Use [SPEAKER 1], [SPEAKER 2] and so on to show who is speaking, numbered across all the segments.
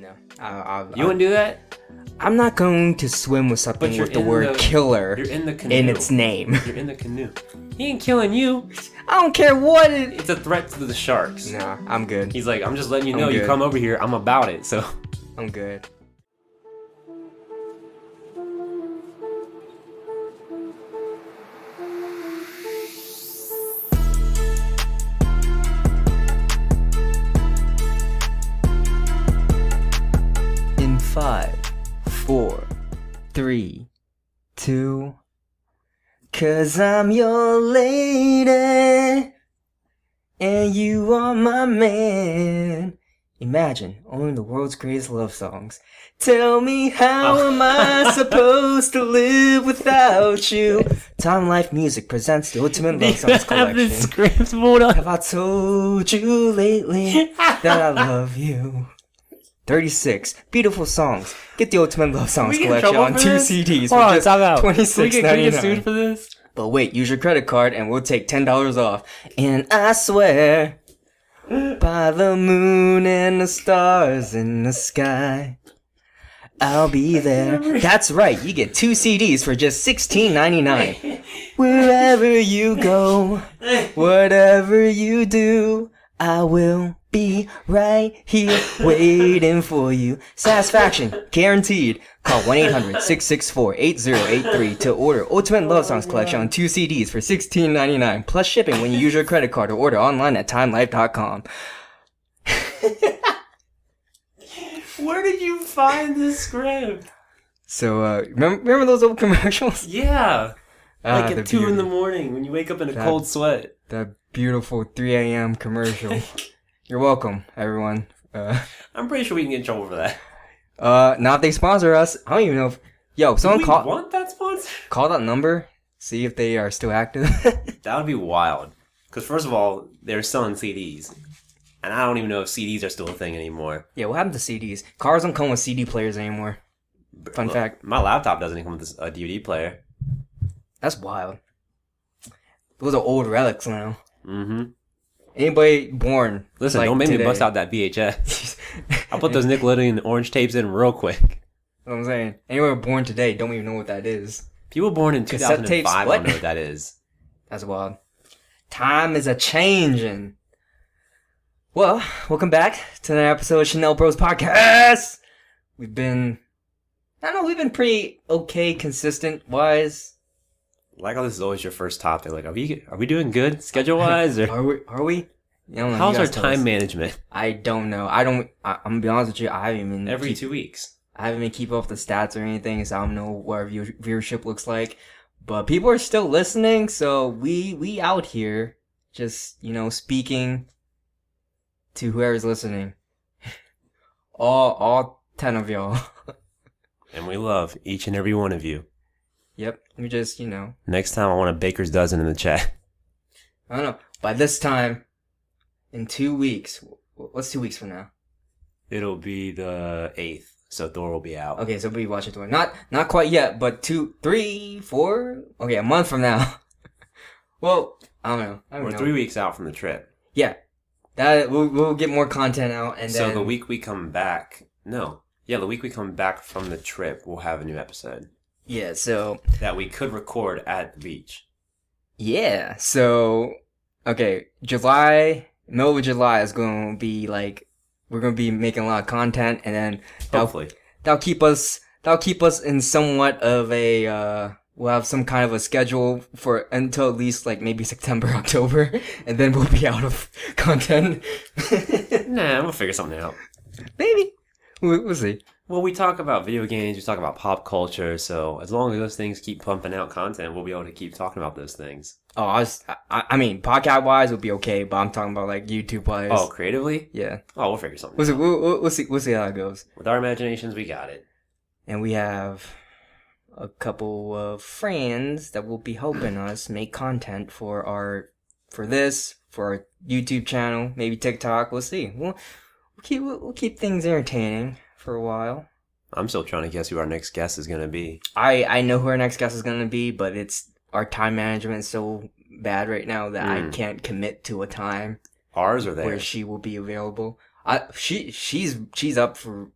[SPEAKER 1] no. I, I,
[SPEAKER 2] Uh, You wouldn't do that.
[SPEAKER 1] Uh, I'm not going to swim with something
[SPEAKER 2] you're
[SPEAKER 1] with the
[SPEAKER 2] in
[SPEAKER 1] word
[SPEAKER 2] the-
[SPEAKER 1] killer
[SPEAKER 2] You're in the canoe.
[SPEAKER 1] in its name.
[SPEAKER 2] You're in the canoe. He ain't killing you.
[SPEAKER 1] I don't care what it.
[SPEAKER 2] It's a threat to the sharks.
[SPEAKER 1] Nah, I'm good.
[SPEAKER 2] He's like, I'm just letting you
[SPEAKER 1] I'm
[SPEAKER 2] know. You
[SPEAKER 1] good.
[SPEAKER 2] come over here. I'm about it. So
[SPEAKER 1] I'm good. In five, four, three, two. Cause I'm your lady, and you are my man. Imagine only the world's greatest love songs. Tell me how
[SPEAKER 2] Oh.
[SPEAKER 1] am I supposed to live without you? Time Life Music presents the ultimate love songs collection.
[SPEAKER 2] script pulled up.
[SPEAKER 1] Have I told you lately that I love you? 36 beautiful songs. Get the ultimate love songs
[SPEAKER 2] We get in
[SPEAKER 1] collection
[SPEAKER 2] trouble
[SPEAKER 1] on
[SPEAKER 2] for
[SPEAKER 1] two
[SPEAKER 2] this?
[SPEAKER 1] CDs
[SPEAKER 2] Hold
[SPEAKER 1] for
[SPEAKER 2] on,
[SPEAKER 1] just
[SPEAKER 2] time out. we get, can we get
[SPEAKER 1] $26.99.
[SPEAKER 2] sued for this?
[SPEAKER 1] But wait, use your credit card and we'll take ten dollars off. And I swear by the moon and the stars in the sky. I'll be there. That's right, you get two CDs for just sixteen ninety nine. Wherever you go, whatever you do, I will be right here waiting for you. Satisfaction guaranteed. Call 1-800-664-8083 to order Ultimate Love Songs Collection on two CDs for $16.99 plus shipping when you use your credit card or order online at timelife.com.
[SPEAKER 2] Where did you find this script?
[SPEAKER 1] So, uh, remember, remember those old commercials?
[SPEAKER 2] Yeah,
[SPEAKER 1] Ah,
[SPEAKER 2] like
[SPEAKER 1] the
[SPEAKER 2] at two in the
[SPEAKER 1] beauty-
[SPEAKER 2] morning when you wake up in a
[SPEAKER 1] That-
[SPEAKER 2] cold sweat.
[SPEAKER 1] That beautiful 3 a.m. commercial. You're welcome, everyone. Uh,
[SPEAKER 2] I'm pretty sure we can get in trouble for that.
[SPEAKER 1] uh, not if they sponsor us. I don't even know if... Yo,
[SPEAKER 2] Do
[SPEAKER 1] someone
[SPEAKER 2] we
[SPEAKER 1] call...
[SPEAKER 2] want that sponsor?
[SPEAKER 1] call that number, see if they are still active.
[SPEAKER 2] That would be wild. Because first of all, they're selling CDs, and I don't even know if CDs are still a thing anymore.
[SPEAKER 1] yeah, what happened to CDs? Cars don't come with CD players anymore. Fun
[SPEAKER 2] Look,
[SPEAKER 1] fact.
[SPEAKER 2] my laptop doesn't come with a DVD player.
[SPEAKER 1] That's wild. Those are old relics now.
[SPEAKER 2] Mm-hmm.
[SPEAKER 1] Anybody born?
[SPEAKER 2] Listen,
[SPEAKER 1] like,
[SPEAKER 2] don't make me
[SPEAKER 1] today-
[SPEAKER 2] bust out that VHS. I'll put those Nickelodeon orange tapes in real quick.
[SPEAKER 1] That's what I'm saying. Anyone born today don't even know what that is.
[SPEAKER 2] People born in
[SPEAKER 1] Cassette tapes,
[SPEAKER 2] 2005 don't
[SPEAKER 1] what?
[SPEAKER 2] know what that is.
[SPEAKER 1] That's wild. Time is a changing. Well, welcome back to another episode of Chanel Bros Podcast. We've been, I don't know, we've been pretty okay, consistent wise.
[SPEAKER 2] Like how this is always your first topic. Like, are we are we doing good schedule wise? Or
[SPEAKER 1] Are we? Are we? I don't know,
[SPEAKER 2] how's
[SPEAKER 1] you
[SPEAKER 2] our
[SPEAKER 1] guys tell
[SPEAKER 2] time
[SPEAKER 1] us.
[SPEAKER 2] management?
[SPEAKER 1] I don't know. I don't. I, I'm gonna be honest with you. I haven't been
[SPEAKER 2] Every
[SPEAKER 1] keep,
[SPEAKER 2] two weeks.
[SPEAKER 1] I haven't been keep up with the stats or anything, so I don't know what our view, viewership looks like. But people are still listening, so we we out here just you know speaking to whoever's listening. all all ten of y'all.
[SPEAKER 2] And we love each and every one of you.
[SPEAKER 1] yep. We just you know
[SPEAKER 2] Next time I want a baker's dozen in the chat.
[SPEAKER 1] I don't know. By this time, in two weeks, wh- what's two weeks from now?
[SPEAKER 2] It'll be the eighth, so Thor will be out.
[SPEAKER 1] Okay, so we watch it tomorrow. Not not quite yet, but two, three, four. Okay, a month from now. well, I don't know. I don't
[SPEAKER 2] We're
[SPEAKER 1] know.
[SPEAKER 2] three weeks out from the trip.
[SPEAKER 1] Yeah, that we'll, we'll get more content out, and
[SPEAKER 2] so
[SPEAKER 1] then
[SPEAKER 2] the week we come back, no, yeah, the week we come back from the trip, we'll have a new episode
[SPEAKER 1] yeah, so
[SPEAKER 2] that we could record at the beach.
[SPEAKER 1] yeah, so okay, July, middle of July is gonna be like we're gonna be making a lot of content, and then that'll
[SPEAKER 2] Hopefully,
[SPEAKER 1] that'll keep us that'll keep us in somewhat of a uh we'll have some kind of a schedule for until at least like maybe September October and then we'll be out of content
[SPEAKER 2] nah, we'll figure something out.
[SPEAKER 1] maybe we, we'll see
[SPEAKER 2] Well, we talk about video games, we talk about pop culture, so as long as those things keep pumping out content, we'll be able to keep talking about those things.
[SPEAKER 1] oh I was I, I mean podcast wise would be okay but I'm talking about like YouTube wise
[SPEAKER 2] Oh, creatively?
[SPEAKER 1] yeah
[SPEAKER 2] Oh, we'll figure something
[SPEAKER 1] we'll
[SPEAKER 2] out.
[SPEAKER 1] see we'll, we'll, we'll see we'll see how it goes
[SPEAKER 2] With our imaginations, we got it.
[SPEAKER 1] and we have a couple of friends that will be helping us make content for our for this for our YouTube channel, maybe TikTok. We'll see. We'll, we'll keep we'll we'll keep things entertaining for a while.
[SPEAKER 2] I'm still trying to guess who our next guest is going to be.
[SPEAKER 1] I I know who our next guest is gonna be, but it's our time management is so bad right now that I
[SPEAKER 2] Mm.
[SPEAKER 1] can't commit to a time
[SPEAKER 2] Ours or
[SPEAKER 1] where
[SPEAKER 2] theirs?
[SPEAKER 1] she will be available. I she she's she's up for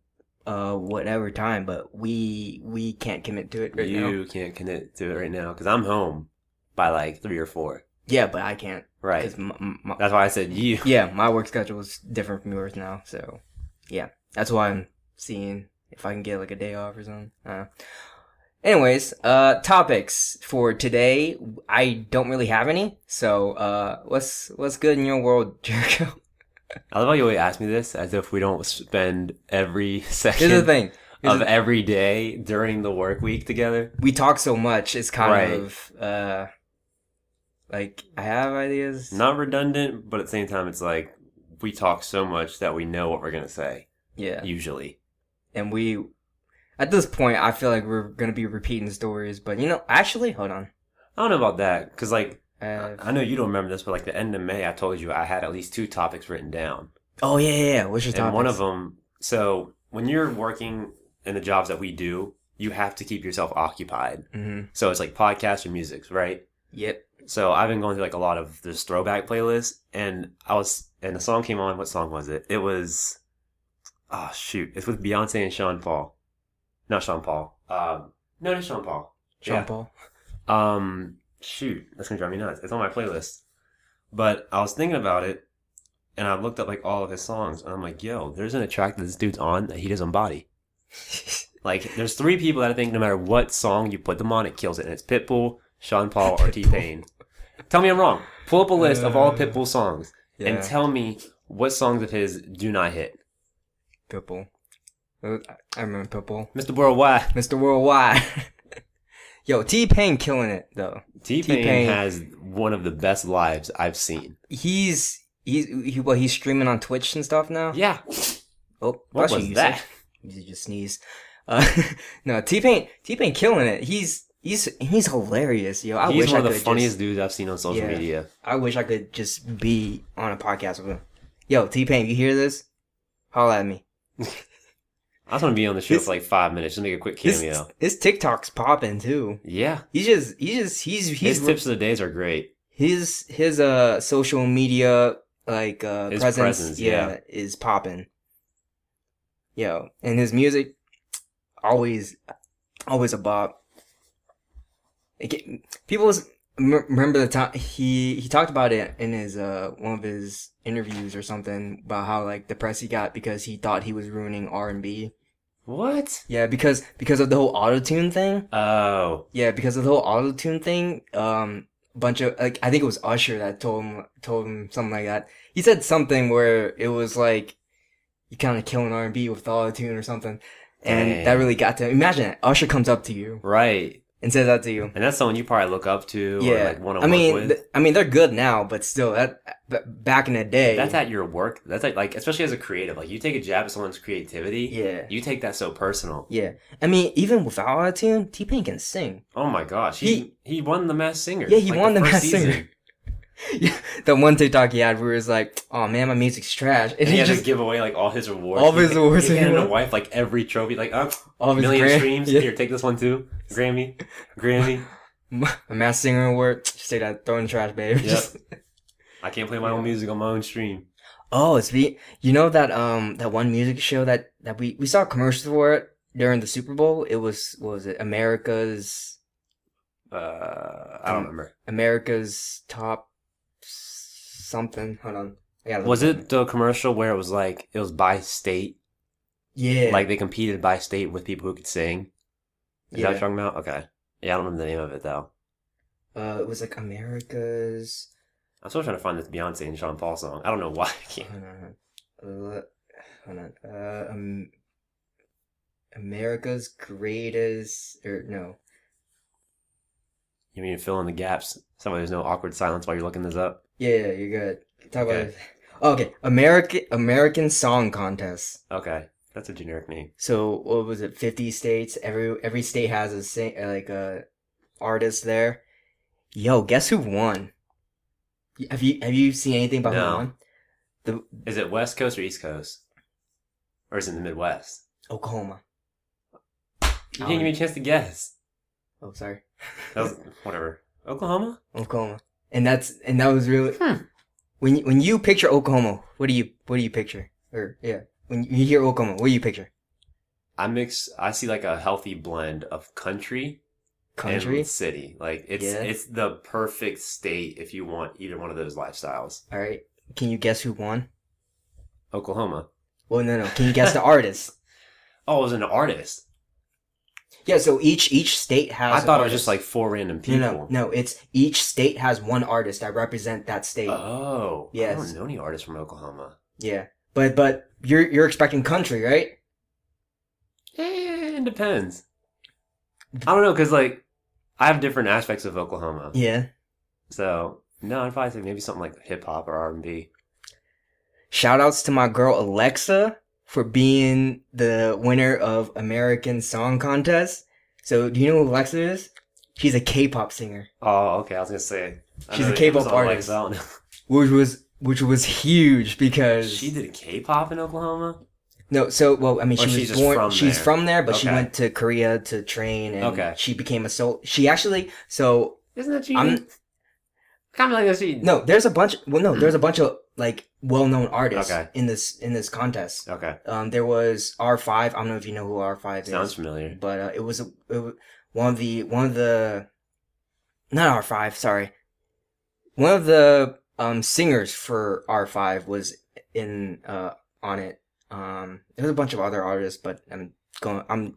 [SPEAKER 1] uh whatever time, but we we can't commit to it right now.
[SPEAKER 2] you can't commit to it right now because I'm home by like three or four.
[SPEAKER 1] Yeah, but I can't.
[SPEAKER 2] Right.
[SPEAKER 1] 'cause m- m- my-
[SPEAKER 2] That's why I said you.
[SPEAKER 1] yeah, my work schedule is different from yours now, so yeah, that's why I'm seeing if I can get like a day off or something. Uh, anyways, uh, topics for today. I don't really have any, so uh, what's what's good in your world, Jericho?
[SPEAKER 2] I love how you always ask me this as if we don't spend every
[SPEAKER 1] Here's the
[SPEAKER 2] second
[SPEAKER 1] thing. Here's
[SPEAKER 2] of
[SPEAKER 1] the-
[SPEAKER 2] every day during the work week together.
[SPEAKER 1] we talk so much. It's kind
[SPEAKER 2] Right.
[SPEAKER 1] of uh, like I have ideas.
[SPEAKER 2] Not redundant, but at the same time, it's like we talk so much that we know what we're gonna say
[SPEAKER 1] Yeah,
[SPEAKER 2] usually.
[SPEAKER 1] and we. At this point, I feel like we're gonna be repeating stories, but you know, actually, hold on.
[SPEAKER 2] I don't know about that because like
[SPEAKER 1] Uh,
[SPEAKER 2] I know you don't remember this, but like the end of May, I told you I had at least two topics written down.
[SPEAKER 1] Oh yeah, yeah. yeah. What's your
[SPEAKER 2] and
[SPEAKER 1] topic?
[SPEAKER 2] one of them so when you're working in the jobs that we do you have to keep yourself occupied
[SPEAKER 1] Mm-hmm.
[SPEAKER 2] so it's like podcasts or music right
[SPEAKER 1] Yep.
[SPEAKER 2] so i've been going through like a lot of this throwback playlist and i was and a song came on what song was it it was oh shoot it's with beyonce and sean paul not sean paul um no not sean paul
[SPEAKER 1] Sean
[SPEAKER 2] Yeah.
[SPEAKER 1] Paul.
[SPEAKER 2] um, shoot, that's gonna drive me nuts. It's on my playlist. But I was thinking about it, and I looked up like all of his songs, and I'm like, yo, there's an attract that this dude's on that he doesn't body. Like, there's three people that I think no matter what song you put them on, it kills it. And it's Pitbull, Sean Paul, or T Pain. Tell me I'm wrong. Pull up a list of all
[SPEAKER 1] Uh,
[SPEAKER 2] Pitbull songs
[SPEAKER 1] yeah.
[SPEAKER 2] and tell me what songs of his do not hit.
[SPEAKER 1] Pitbull. Uh, I remember Pitbull.
[SPEAKER 2] Mr. Worldwide.
[SPEAKER 1] Mr. Worldwide. Yo, T Pain killing it though.
[SPEAKER 2] T
[SPEAKER 1] T-Pain.
[SPEAKER 2] Pain has one of the best lives I've seen.
[SPEAKER 1] He's he's he, well he's streaming on Twitch and stuff now.
[SPEAKER 2] Yeah.
[SPEAKER 1] Oh,
[SPEAKER 2] What
[SPEAKER 1] bless you,
[SPEAKER 2] was
[SPEAKER 1] you
[SPEAKER 2] that?
[SPEAKER 1] said- You just sneeze. Uh, no, T Pain T Pain killing it. He's he's he's hilarious, yo. I
[SPEAKER 2] He's
[SPEAKER 1] wish
[SPEAKER 2] one
[SPEAKER 1] I
[SPEAKER 2] of
[SPEAKER 1] could
[SPEAKER 2] the
[SPEAKER 1] just-
[SPEAKER 2] funniest dudes I've seen on social
[SPEAKER 1] Yeah.
[SPEAKER 2] media.
[SPEAKER 1] I wish I could just be on a podcast with him. Yo, T Pain, you hear this? Holla at me.
[SPEAKER 2] I just want to be on the show
[SPEAKER 1] This-
[SPEAKER 2] for like five minutes. Just make a quick
[SPEAKER 1] His,
[SPEAKER 2] cameo.
[SPEAKER 1] his TikTok's popping too.
[SPEAKER 2] Yeah.
[SPEAKER 1] He's just he's just he's he's
[SPEAKER 2] His tips of the days are great.
[SPEAKER 1] his his uh social media like uh
[SPEAKER 2] His
[SPEAKER 1] presence,
[SPEAKER 2] presence,
[SPEAKER 1] yeah,
[SPEAKER 2] yeah.
[SPEAKER 1] is popping. Yo, and his music always always a bop. It get- people was- m- remember the time he he talked about it in his uh one of his interviews or something about how like the press he got because he thought he was ruining R and B.
[SPEAKER 2] What?
[SPEAKER 1] Yeah, because because of the whole auto tune thing.
[SPEAKER 2] Oh.
[SPEAKER 1] Yeah, because of the whole auto tune thing, um, bunch of like I think it was Usher that told him told him something like that. He said something where it was like you kind of killing R and B with auto tune or something, and
[SPEAKER 2] Dang.
[SPEAKER 1] that really got to him. Imagine that Usher comes up to you
[SPEAKER 2] Right.
[SPEAKER 1] and says that to you.
[SPEAKER 2] And that's someone you probably look up to or
[SPEAKER 1] Yeah,
[SPEAKER 2] like want to
[SPEAKER 1] I mean,
[SPEAKER 2] work with.
[SPEAKER 1] th- I mean they're good now, but still that b- back in the day,
[SPEAKER 2] that's at your work. That's like, like, especially as a creative, like you take a jab at someone's creativity.
[SPEAKER 1] yeah,
[SPEAKER 2] You take that so personal.
[SPEAKER 1] yeah. I mean even without auto tune, T Pain can sing.
[SPEAKER 2] Oh my gosh. He he, won the Mass Singer.
[SPEAKER 1] Yeah, he won the
[SPEAKER 2] first
[SPEAKER 1] Masked Singer. The one TikTok he had where it was like, "Oh man, my music's trash," and
[SPEAKER 2] And he
[SPEAKER 1] he
[SPEAKER 2] had
[SPEAKER 1] just
[SPEAKER 2] to give away like all his rewards.
[SPEAKER 1] All of his awards
[SPEAKER 2] He
[SPEAKER 1] he
[SPEAKER 2] handed a
[SPEAKER 1] won.
[SPEAKER 2] wife like every trophy, like uh,
[SPEAKER 1] all of his
[SPEAKER 2] million
[SPEAKER 1] grand-
[SPEAKER 2] streams.
[SPEAKER 1] Yeah.
[SPEAKER 2] Here, take this one too. Grammy, Grammy.
[SPEAKER 1] a mass singer award. Just take that, throw in the trash, babe.
[SPEAKER 2] Yep.
[SPEAKER 1] Just-
[SPEAKER 2] I can't play my own music on my own stream.
[SPEAKER 1] oh, it's the you know that um that one music show that that we we saw commercials for it during the Super Bowl. It was what was it America's
[SPEAKER 2] Uh, I don't remember.
[SPEAKER 1] America's top s- something. Hold on, I gotta look
[SPEAKER 2] Was
[SPEAKER 1] up.
[SPEAKER 2] it the commercial where it was like it was by state,
[SPEAKER 1] Yeah,
[SPEAKER 2] like they competed by state with people who could sing? Is that what
[SPEAKER 1] yeah.
[SPEAKER 2] you're talking about? Okay. Yeah, I don't remember the name of it though.
[SPEAKER 1] Uh, it was like America's.
[SPEAKER 2] I'm still trying to find this Beyonce and Sean Paul song. I don't know why I can't.
[SPEAKER 1] Hold on, hold on. Hold on. Uh, um, America's greatest or no.
[SPEAKER 2] You mean fill in the gaps? Somewhere there's no awkward silence while you're looking this up.
[SPEAKER 1] Yeah, yeah, you're good. Talk about
[SPEAKER 2] Okay.
[SPEAKER 1] it. Okay, American American Song Contest.
[SPEAKER 2] Okay, that's a generic name.
[SPEAKER 1] So what was it? Fifty states. Every every state has a sing, uh, like a artist there. Yo, guess who won? Have you have you seen anything about
[SPEAKER 2] No.
[SPEAKER 1] who won? The
[SPEAKER 2] Is it West Coast or East Coast, or is it the Midwest?
[SPEAKER 1] Oklahoma.
[SPEAKER 2] You didn't give me a chance to guess.
[SPEAKER 1] Oh, sorry,
[SPEAKER 2] That was, whatever. Oklahoma.
[SPEAKER 1] Oklahoma. And that's and that was really
[SPEAKER 2] Hmm.
[SPEAKER 1] when you, when you picture Oklahoma, what do you what do you picture? Or yeah, when you hear Oklahoma, what do you picture?
[SPEAKER 2] I mix. I see like a healthy blend of country,
[SPEAKER 1] Country.
[SPEAKER 2] and city. Like it's
[SPEAKER 1] Yeah.
[SPEAKER 2] it's the perfect state if you want either one of those lifestyles.
[SPEAKER 1] All right. Can you guess who won?
[SPEAKER 2] Oklahoma.
[SPEAKER 1] Well, no, no. Can you guess the artist?
[SPEAKER 2] Oh, as an artist,
[SPEAKER 1] Yeah. So each each state has.
[SPEAKER 2] I
[SPEAKER 1] an
[SPEAKER 2] thought it was just
[SPEAKER 1] artist.
[SPEAKER 2] like four random people.
[SPEAKER 1] No, no, no. It's each state has one artist that represent that state.
[SPEAKER 2] Oh, I
[SPEAKER 1] Yes.
[SPEAKER 2] don't know any artists from Oklahoma.
[SPEAKER 1] yeah, but but you're you're expecting country, right?
[SPEAKER 2] Eh, it depends. I don't know because like I have different aspects of Oklahoma.
[SPEAKER 1] Yeah.
[SPEAKER 2] So no, I'd probably say maybe something like hip hop or R and B.
[SPEAKER 1] Shout outs to my girl Alexa for being the winner of American Song Contest. So do you know who Alexa is? She's a K-pop singer,
[SPEAKER 2] Oh, okay. I was gonna say I
[SPEAKER 1] She's a
[SPEAKER 2] know the
[SPEAKER 1] K-pop
[SPEAKER 2] Amazon
[SPEAKER 1] artist.
[SPEAKER 2] likes that one.
[SPEAKER 1] which was which was huge because
[SPEAKER 2] she did K-pop in Oklahoma.
[SPEAKER 1] No, so well, I mean,
[SPEAKER 2] Or
[SPEAKER 1] she
[SPEAKER 2] Oh, she's
[SPEAKER 1] was
[SPEAKER 2] just
[SPEAKER 1] born.
[SPEAKER 2] from
[SPEAKER 1] she's
[SPEAKER 2] there.
[SPEAKER 1] from there, but she
[SPEAKER 2] Okay.
[SPEAKER 1] went to Korea to train, and
[SPEAKER 2] Okay.
[SPEAKER 1] she became a soul. She actually, so
[SPEAKER 2] Isn't that cheating?
[SPEAKER 1] I'm-
[SPEAKER 2] kind of like that's cheating.
[SPEAKER 1] no, there's a bunch. Well, no, there's a bunch of like well-known artists
[SPEAKER 2] Hmm. Okay.
[SPEAKER 1] in this in this contest.
[SPEAKER 2] Okay.
[SPEAKER 1] Um, there was R five. I don't know if you know who R five is,
[SPEAKER 2] Sounds familiar.
[SPEAKER 1] but uh, it was a, it wa- one of the one of the not R five. Sorry, one of the um singers for R five was in uh on it. Um, there was a bunch of other artists, but I'm going. I'm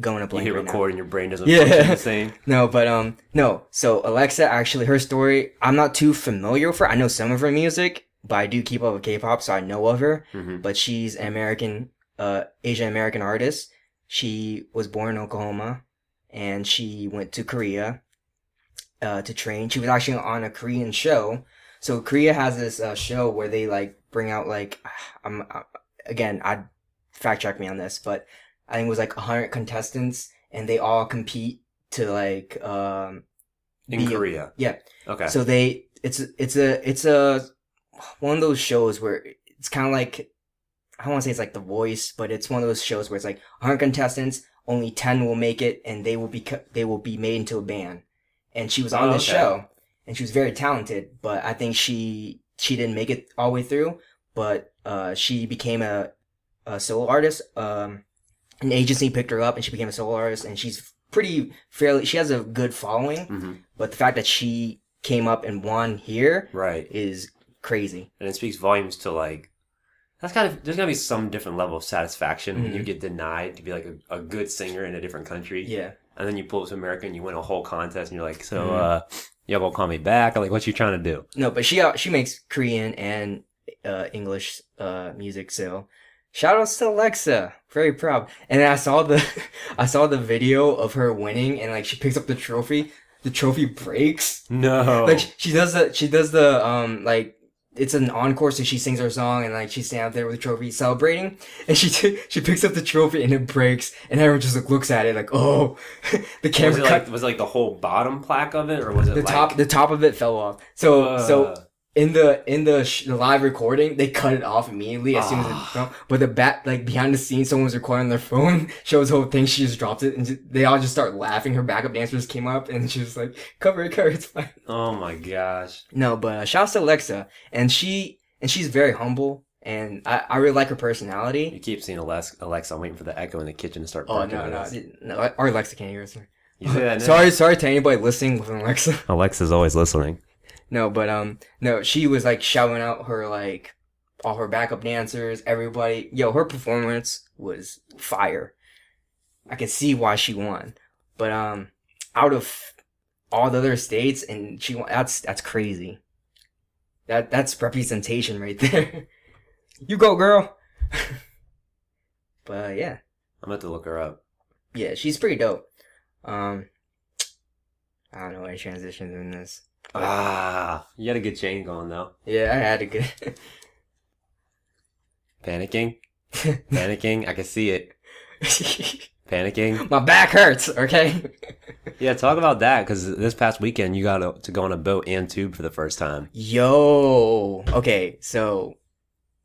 [SPEAKER 1] going to
[SPEAKER 2] You
[SPEAKER 1] blank
[SPEAKER 2] hit
[SPEAKER 1] right now.
[SPEAKER 2] record and your brain doesn't
[SPEAKER 1] Yeah.
[SPEAKER 2] function the same.
[SPEAKER 1] No, but um, no. So Alexa, actually, her story, I'm not too familiar with her. I know some of her music, but I do keep up with K-pop, so I know of her.
[SPEAKER 2] Mhm.
[SPEAKER 1] But she's an American, uh, Asian American artist. She was born in Oklahoma, and she went to Korea, uh, to train. She was actually on a Korean show. So Korea has this uh, show where they like bring out like, I'm I, again, I fact check me on this, but I think it was like 100 contestants, and they all compete to like um
[SPEAKER 2] In
[SPEAKER 1] be a-
[SPEAKER 2] Korea.
[SPEAKER 1] yeah.
[SPEAKER 2] Okay.
[SPEAKER 1] so they it's it's a it's a one of those shows where it's kind of like I don't want to say it's like The Voice, but it's one of those shows where it's like 100 contestants, only 10 will make it, and they will be co- they will be made into a band. And she was on
[SPEAKER 2] Oh,
[SPEAKER 1] this
[SPEAKER 2] okay.
[SPEAKER 1] show, and she was very talented, but I think she she didn't make it all the way through. But uh, she became a, a solo artist. Um, an agency picked her up, and she became a solo artist, and she's pretty fairly. She has a good following
[SPEAKER 2] hmm
[SPEAKER 1] but the fact that she came up and won here
[SPEAKER 2] Right.
[SPEAKER 1] is crazy.
[SPEAKER 2] And it speaks volumes to like, that's kind of, there's got to be some different level of satisfaction when you get denied to be like a, a good singer in a different country.
[SPEAKER 1] Mm-hmm. Yeah.
[SPEAKER 2] And then you pull up to America and you win a whole contest and you're like, so,
[SPEAKER 1] Mhm.
[SPEAKER 2] uh, y'all gonna call me back? I'm like, what you trying to do?
[SPEAKER 1] No, but she uh, she makes Korean and uh, English uh, music, so shout outs to Alexa. Very proud. And I saw the I saw the video of her winning, and like she picks up the trophy. The trophy breaks.
[SPEAKER 2] No.
[SPEAKER 1] Like she does the she does the um like. It's an encore, so she sings her song, and like she's standing out there with the trophy, celebrating. And she t- she picks up the trophy, and it breaks, and everyone just like looks at it, like, "Oh!" the
[SPEAKER 2] was
[SPEAKER 1] camera
[SPEAKER 2] it
[SPEAKER 1] cut
[SPEAKER 2] like, was it like the whole bottom plaque of it or was it
[SPEAKER 1] the
[SPEAKER 2] like,
[SPEAKER 1] top the top of it fell off so
[SPEAKER 2] uh,
[SPEAKER 1] so in the in the, sh- the live recording they cut it off immediately as soon as
[SPEAKER 2] Ah.
[SPEAKER 1] it fell. but the back like behind the scenes someone was recording on their phone shows the whole thing she just dropped it and ju- they all just start laughing her backup dancers came up and she was like cover it cover it, it's fine
[SPEAKER 2] Oh my gosh.
[SPEAKER 1] no but uh, shouts to alexa and she and she's very humble and i i really like her
[SPEAKER 2] You
[SPEAKER 1] personality
[SPEAKER 2] keep seeing Alexa. Alexa, I'm waiting for the echo in the kitchen to start.
[SPEAKER 1] oh
[SPEAKER 2] barking
[SPEAKER 1] no
[SPEAKER 2] at
[SPEAKER 1] no
[SPEAKER 2] us.
[SPEAKER 1] no our alexa can't hear us
[SPEAKER 2] You say that now?
[SPEAKER 1] sorry sorry to anybody listening with an alexa
[SPEAKER 2] Alexa's always listening.
[SPEAKER 1] No, but um, no, she was like shouting out her like all her backup dancers, everybody. Yo, her performance was fire. I can see why she won, but um, out of all the other states, and she won. That's that's crazy. That that's representation right there. you go, girl. but yeah,
[SPEAKER 2] I'm about to look her up.
[SPEAKER 1] yeah, she's pretty dope. Um, I don't know where I transitioned in this. But-
[SPEAKER 2] Ah, you had a good chain going though.
[SPEAKER 1] Yeah, I had a good.
[SPEAKER 2] Panicking, panicking. I can see it. Panicking.
[SPEAKER 1] My back hurts, okay?
[SPEAKER 2] Yeah, talk about that because this past weekend you got to, to go on a boat and tube for the first time.
[SPEAKER 1] Yo. Okay, so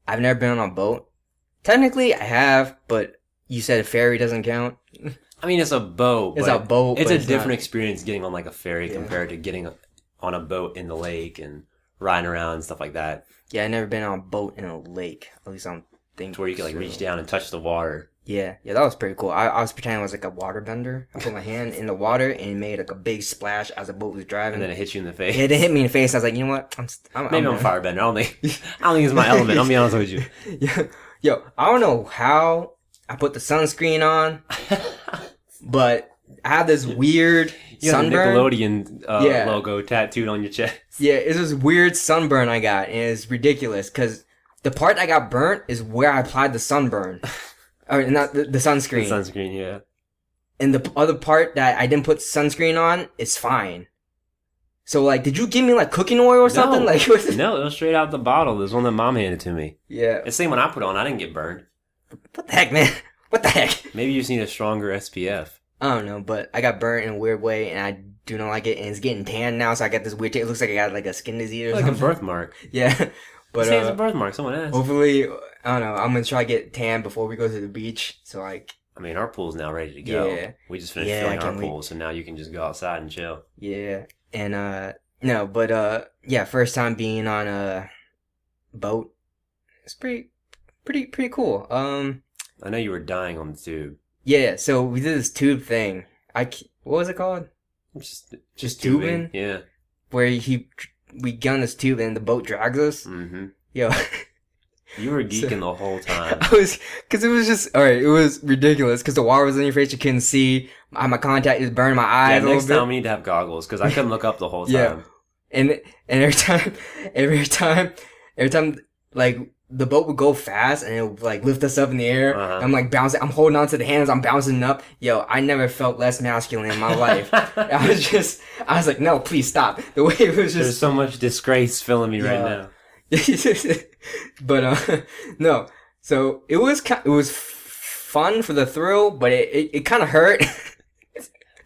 [SPEAKER 1] I've never been on a boat. Technically, I have, but you said a ferry doesn't count.
[SPEAKER 2] I mean, it's a boat.
[SPEAKER 1] It's
[SPEAKER 2] but
[SPEAKER 1] a boat.
[SPEAKER 2] It's
[SPEAKER 1] but
[SPEAKER 2] a
[SPEAKER 1] not-
[SPEAKER 2] different experience getting on like a ferry
[SPEAKER 1] Yeah.
[SPEAKER 2] compared to getting on a boat in the lake and riding around and stuff like that,
[SPEAKER 1] Yeah, I've never been on a boat in a lake. At least I don't think.
[SPEAKER 2] to where you can like
[SPEAKER 1] so.
[SPEAKER 2] reach down and touch the water.
[SPEAKER 1] Yeah, yeah, that was pretty cool. I, I was pretending I was like a waterbender. I put my hand in the water and it made like a big splash as the boat was driving.
[SPEAKER 2] And then it hits you in the face.
[SPEAKER 1] Yeah, it hit me in the face. I was like, you know what? I'm, st- I'm,
[SPEAKER 2] Maybe
[SPEAKER 1] I'm
[SPEAKER 2] I'm a firebender. I don't think I don't think it's my element. I'll be honest with you.
[SPEAKER 1] Yo, yo, I don't know how I put the sunscreen on, but I have this weird
[SPEAKER 2] You have the
[SPEAKER 1] sunburn.
[SPEAKER 2] Nickelodeon uh,
[SPEAKER 1] Yeah.
[SPEAKER 2] logo tattooed on your chest.
[SPEAKER 1] Yeah, it's this weird sunburn I got, and it's ridiculous because the part that got burnt is where I applied the sunburn, or not the, the
[SPEAKER 2] The
[SPEAKER 1] sunscreen.
[SPEAKER 2] sunscreen, yeah.
[SPEAKER 1] and the other part that I didn't put sunscreen on is fine. So like, did you give me like cooking oil or something?
[SPEAKER 2] No.
[SPEAKER 1] Like, what's-
[SPEAKER 2] No, it was straight out the bottle. There's one that mom handed to me.
[SPEAKER 1] yeah,
[SPEAKER 2] The same one I put on. I didn't get burned.
[SPEAKER 1] what the heck, man? What the heck?
[SPEAKER 2] Maybe you just need a stronger SPF.
[SPEAKER 1] I don't know, but I got burnt in a weird way, and I do not like it. And it's getting tan now, so I got this weird. T- it looks like I got like a skin disease or
[SPEAKER 2] Like a
[SPEAKER 1] something.
[SPEAKER 2] birthmark.
[SPEAKER 1] yeah, but
[SPEAKER 2] Say it's a
[SPEAKER 1] uh,
[SPEAKER 2] birthmark. Someone asked.
[SPEAKER 1] hopefully, I don't know. I'm gonna try to get tan before we go to the beach. So like,
[SPEAKER 2] I mean, our pool's now ready to go.
[SPEAKER 1] Yeah.
[SPEAKER 2] We just finished
[SPEAKER 1] Yeah,
[SPEAKER 2] filling
[SPEAKER 1] I
[SPEAKER 2] our
[SPEAKER 1] can't wait.
[SPEAKER 2] pool, so now you can just go outside and chill.
[SPEAKER 1] yeah, and uh, no, but uh, yeah, first time being on a boat. It's pretty, pretty, pretty cool. Um,
[SPEAKER 2] I know you were dying on the tube.
[SPEAKER 1] yeah. So we did this tube thing. I c- what was it called?
[SPEAKER 2] Just,
[SPEAKER 1] Just tubing.
[SPEAKER 2] tubing. Yeah.
[SPEAKER 1] Where he, we gun this tube and the boat drags us.
[SPEAKER 2] hmm
[SPEAKER 1] Yo.
[SPEAKER 2] You were
[SPEAKER 1] So-
[SPEAKER 2] geeking the whole time.
[SPEAKER 1] I was, cause it was just, alright, it was ridiculous, cause the water was in your face, you couldn't see, my, my contact is burning my
[SPEAKER 2] Yeah,
[SPEAKER 1] eyes a
[SPEAKER 2] next
[SPEAKER 1] little bit.
[SPEAKER 2] time we need to have goggles because I couldn't look up the whole
[SPEAKER 1] Yeah.
[SPEAKER 2] time.
[SPEAKER 1] And, and every time, every time, every time, like, the boat would go fast and it would like lift us up in the air.
[SPEAKER 2] Uh-huh.
[SPEAKER 1] I'm like bouncing, I'm holding on to the hands, I'm bouncing up. Yo, I never felt less masculine in my life. I was just, I was like, no, please stop. The way it was just,
[SPEAKER 2] There's so much disgrace filling me right
[SPEAKER 1] Yeah.
[SPEAKER 2] now.
[SPEAKER 1] but uh, no. So it was ki- it was f- fun for the thrill, but it it, it kind of hurt.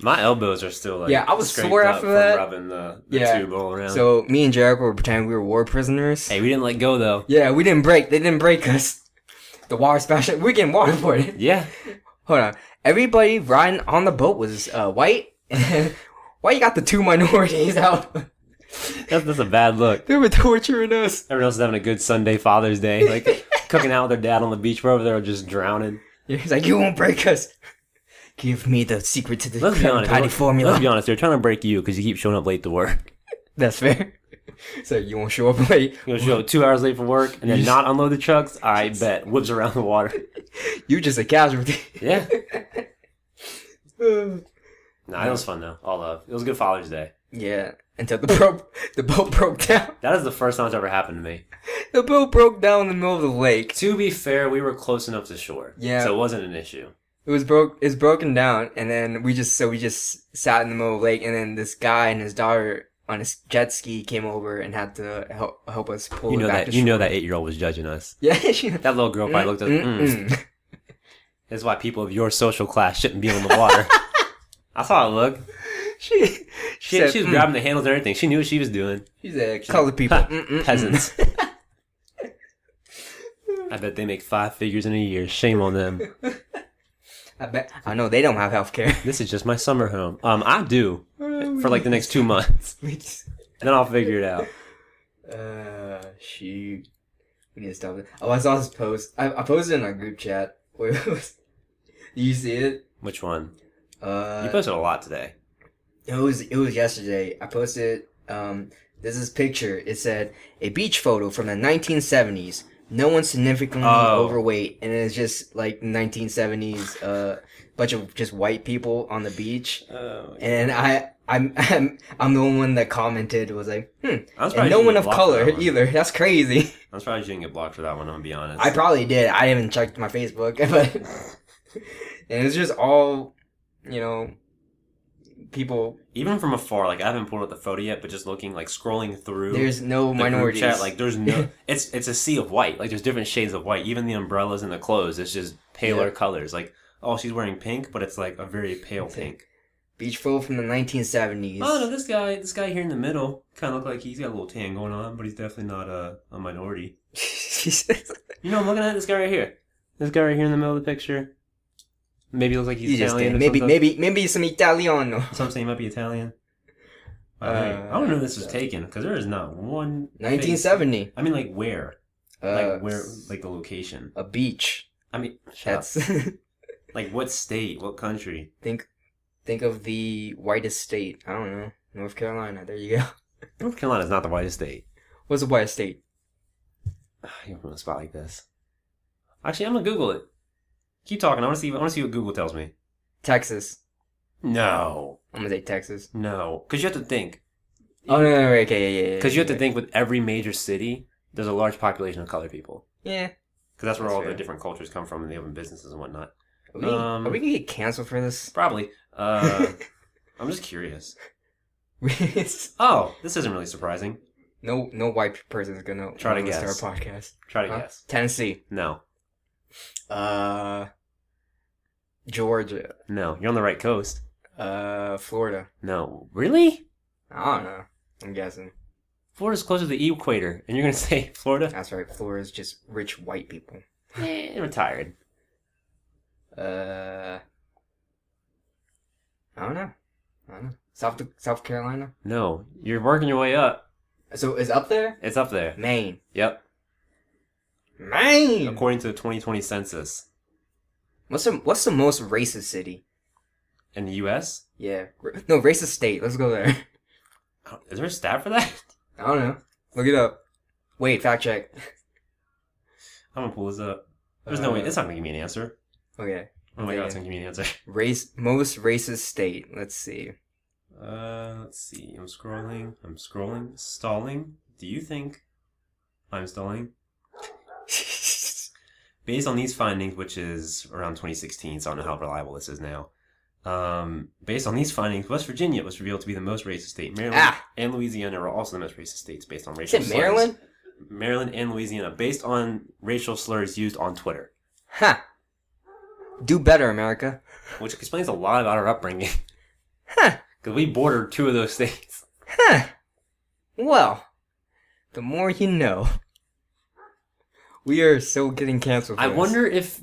[SPEAKER 2] My elbows are still like
[SPEAKER 1] Yeah, I was
[SPEAKER 2] scraped
[SPEAKER 1] sore
[SPEAKER 2] up
[SPEAKER 1] after
[SPEAKER 2] from
[SPEAKER 1] that.
[SPEAKER 2] rubbing the, the
[SPEAKER 1] Yeah.
[SPEAKER 2] tube all around.
[SPEAKER 1] so me and Jericho were pretending we were war prisoners.
[SPEAKER 2] hey, we didn't let go though.
[SPEAKER 1] Yeah, we didn't break. They didn't break us. The water special. We're getting waterboarded.
[SPEAKER 2] Yeah,
[SPEAKER 1] Hold on. Everybody riding on the boat was uh, white. Why you got the two minorities out?
[SPEAKER 2] that's, that's a bad look.
[SPEAKER 1] they were torturing us.
[SPEAKER 2] Everyone else is having a good Sunday Father's Day, like cooking out with their dad on the beach. We're over there just drowning.
[SPEAKER 1] Yeah, He's like, you won't break us. Give me the secret to the
[SPEAKER 2] Let's be
[SPEAKER 1] cream
[SPEAKER 2] honest.
[SPEAKER 1] patty
[SPEAKER 2] let's-
[SPEAKER 1] formula.
[SPEAKER 2] Let's be honest. They're trying to break you because you keep showing up late to work.
[SPEAKER 1] That's fair. So you won't show up late.
[SPEAKER 2] You know, show up two hours late for work and then
[SPEAKER 1] You just-
[SPEAKER 2] not unload the trucks. I bet. Whips around the water.
[SPEAKER 1] You just a casualty.
[SPEAKER 2] Yeah.
[SPEAKER 1] yeah.
[SPEAKER 2] Nah, it was fun though. All love. It was a good Father's Day.
[SPEAKER 1] Until the bro- the boat broke down.
[SPEAKER 2] That is the first time it's ever happened to me.
[SPEAKER 1] The boat broke down in the middle of the lake.
[SPEAKER 2] To be fair, we were close enough to shore.
[SPEAKER 1] Yeah.
[SPEAKER 2] So it wasn't an issue.
[SPEAKER 1] It was broke. It's broken down, and then we just so we just sat in the middle of the lake, and then this guy and his daughter on his jet ski came over and had to help help us pull
[SPEAKER 2] You
[SPEAKER 1] it
[SPEAKER 2] know
[SPEAKER 1] back to
[SPEAKER 2] that you
[SPEAKER 1] shore.
[SPEAKER 2] know that eight year old was judging us.
[SPEAKER 1] Yeah, she.
[SPEAKER 2] That little girl probably looked at mm.
[SPEAKER 1] Mm-mm.
[SPEAKER 2] That's why people of your social class shouldn't be on the water. I saw her look.
[SPEAKER 1] She, she,
[SPEAKER 2] She,
[SPEAKER 1] said,
[SPEAKER 2] she was
[SPEAKER 1] "Mm."
[SPEAKER 2] grabbing the handles and everything. She knew what she was doing.
[SPEAKER 1] She's a colored people.
[SPEAKER 2] "Ha,
[SPEAKER 1] Mm-mm-mm."
[SPEAKER 2] Peasants. I bet they make five figures in a year. Shame on them.
[SPEAKER 1] I bet. I know they don't have healthcare.
[SPEAKER 2] This is just my summer home. Um, I do for like the next two months.
[SPEAKER 1] We just-
[SPEAKER 2] Then I'll figure it out.
[SPEAKER 1] Uh, shoot. We need to stop it. Oh, I saw this post. I, I posted it in our group chat. Where it was. Did you see it?
[SPEAKER 2] Which one?
[SPEAKER 1] Uh,
[SPEAKER 2] You posted a lot today.
[SPEAKER 1] it was it was yesterday. I posted. Um, there's this picture. It said a beach photo from the 1970s. No one significantly
[SPEAKER 2] Oh.
[SPEAKER 1] overweight, and it's just like 1970s. Uh, bunch of just white people on the beach,
[SPEAKER 2] Oh,
[SPEAKER 1] and I. I'm, I'm I'm the one that commented was like, hmm,
[SPEAKER 2] I'm
[SPEAKER 1] and
[SPEAKER 2] surprised
[SPEAKER 1] no
[SPEAKER 2] you
[SPEAKER 1] one
[SPEAKER 2] didn't
[SPEAKER 1] of
[SPEAKER 2] block for
[SPEAKER 1] color
[SPEAKER 2] that one.
[SPEAKER 1] either. That's crazy.
[SPEAKER 2] I'm surprised you didn't get blocked for that one. I'm gonna be honest.
[SPEAKER 1] I probably did. I haven't checked my Facebook, but and it's just all you know, people.
[SPEAKER 2] even from afar, like I haven't pulled up the photo yet, but just looking, like scrolling through
[SPEAKER 1] There's no
[SPEAKER 2] the group
[SPEAKER 1] minorities.
[SPEAKER 2] chat, like there's no, it's it's a sea of white. Like there's different shades of white. Even the umbrellas and the clothes, it's just paler
[SPEAKER 1] Yeah.
[SPEAKER 2] colors. Like oh, she's wearing pink, but it's like a very pale pink.
[SPEAKER 1] Pink. beach full from the 1970s.
[SPEAKER 2] Oh no, this guy, this guy here in the middle, kind of look like he's got a little tan going on, but he's definitely not a, a minority.
[SPEAKER 1] Jesus.
[SPEAKER 2] You know, I'm looking at this guy right here. This guy right here in the middle of the picture. Maybe looks like he's
[SPEAKER 1] You just
[SPEAKER 2] Italian.
[SPEAKER 1] did.
[SPEAKER 2] or
[SPEAKER 1] Maybe,
[SPEAKER 2] something.
[SPEAKER 1] maybe, maybe some Italiano.
[SPEAKER 2] Some say he might be Italian.
[SPEAKER 1] Uh,
[SPEAKER 2] Alright. I don't know if this was taken because there is not one. thing-
[SPEAKER 1] 1970.
[SPEAKER 2] I mean, like where,
[SPEAKER 1] Uh,
[SPEAKER 2] like where, like the location.
[SPEAKER 1] a beach.
[SPEAKER 2] I mean, shut up.
[SPEAKER 1] That's
[SPEAKER 2] Like what state? What country?
[SPEAKER 1] Think, think of the whitest state. I don't know. North Carolina. There you go.
[SPEAKER 2] North Carolina's not the whitest state.
[SPEAKER 1] What's the whitest state?
[SPEAKER 2] You're from a spot like this. Actually, I'm gonna Google it. Keep talking. I want to see. I want to see what Google tells me.
[SPEAKER 1] Texas.
[SPEAKER 2] No,
[SPEAKER 1] I'm gonna say Texas.
[SPEAKER 2] no, because you have to think.
[SPEAKER 1] Oh no, no, no, wait, okay, yeah, yeah, yeah.
[SPEAKER 2] Because you have to
[SPEAKER 1] yeah.
[SPEAKER 2] think with every major city, there's a large population of colored people.
[SPEAKER 1] Yeah.
[SPEAKER 2] Because that's where
[SPEAKER 1] That's
[SPEAKER 2] all
[SPEAKER 1] fair.
[SPEAKER 2] the different cultures come from, and they open businesses and whatnot.
[SPEAKER 1] Are we,
[SPEAKER 2] Um,
[SPEAKER 1] are we gonna get canceled for this?
[SPEAKER 2] Probably. Uh, I'm just curious. Oh, this isn't really surprising.
[SPEAKER 1] no, no white person's gonna
[SPEAKER 2] Try to
[SPEAKER 1] wanna listen
[SPEAKER 2] guess.
[SPEAKER 1] our podcast.
[SPEAKER 2] Try to
[SPEAKER 1] Huh?
[SPEAKER 2] guess.
[SPEAKER 1] Tennessee.
[SPEAKER 2] No,
[SPEAKER 1] Uh, Georgia.
[SPEAKER 2] no, you're on the right coast.
[SPEAKER 1] Uh, Florida.
[SPEAKER 2] No, really?
[SPEAKER 1] I don't know. I'm guessing.
[SPEAKER 2] Florida's closer to the equator, and you're gonna say Florida?
[SPEAKER 1] That's right. Florida's just rich white people.
[SPEAKER 2] Eh, retired.
[SPEAKER 1] Uh, I don't know. I don't know. South South Carolina.
[SPEAKER 2] No, you're working your way up.
[SPEAKER 1] So is up there?
[SPEAKER 2] It's up there.
[SPEAKER 1] Maine.
[SPEAKER 2] Yep.
[SPEAKER 1] Maine.
[SPEAKER 2] According to the 2020 census
[SPEAKER 1] What's the What's the most racist city?
[SPEAKER 2] in the U.S.,
[SPEAKER 1] Yeah. r- No, racist state. Let's go there.
[SPEAKER 2] I don't- oh, is there a stat for that?
[SPEAKER 1] I don't know. Look it up. Wait, fact check.
[SPEAKER 2] I'm gonna pull this up. There's no way. It's not gonna give me an answer.
[SPEAKER 1] Okay.
[SPEAKER 2] Oh my god, it's
[SPEAKER 1] Yeah.
[SPEAKER 2] gonna give me an answer.
[SPEAKER 1] Race most racist state. Let's see.
[SPEAKER 2] Uh, let's see. I'm scrolling. I'm scrolling. Stalling. Do you think I'm stalling? Based on these findings, which is around 2016, so I don't know how reliable this is now. Um, based on these findings, West Virginia was revealed to be the most racist state. Maryland
[SPEAKER 1] Ah.
[SPEAKER 2] and Louisiana were also the most racist states based on
[SPEAKER 1] Is
[SPEAKER 2] racial
[SPEAKER 1] it
[SPEAKER 2] slurs.
[SPEAKER 1] Maryland?
[SPEAKER 2] Maryland and Louisiana, based on racial slurs used on Twitter,
[SPEAKER 1] Huh. Do better, America.
[SPEAKER 2] which explains a lot about our upbringing.
[SPEAKER 1] Huh.
[SPEAKER 2] Because we border two of those states.
[SPEAKER 1] Huh. Well, the more you know. We are so getting canceled. For
[SPEAKER 2] I
[SPEAKER 1] this.
[SPEAKER 2] wonder if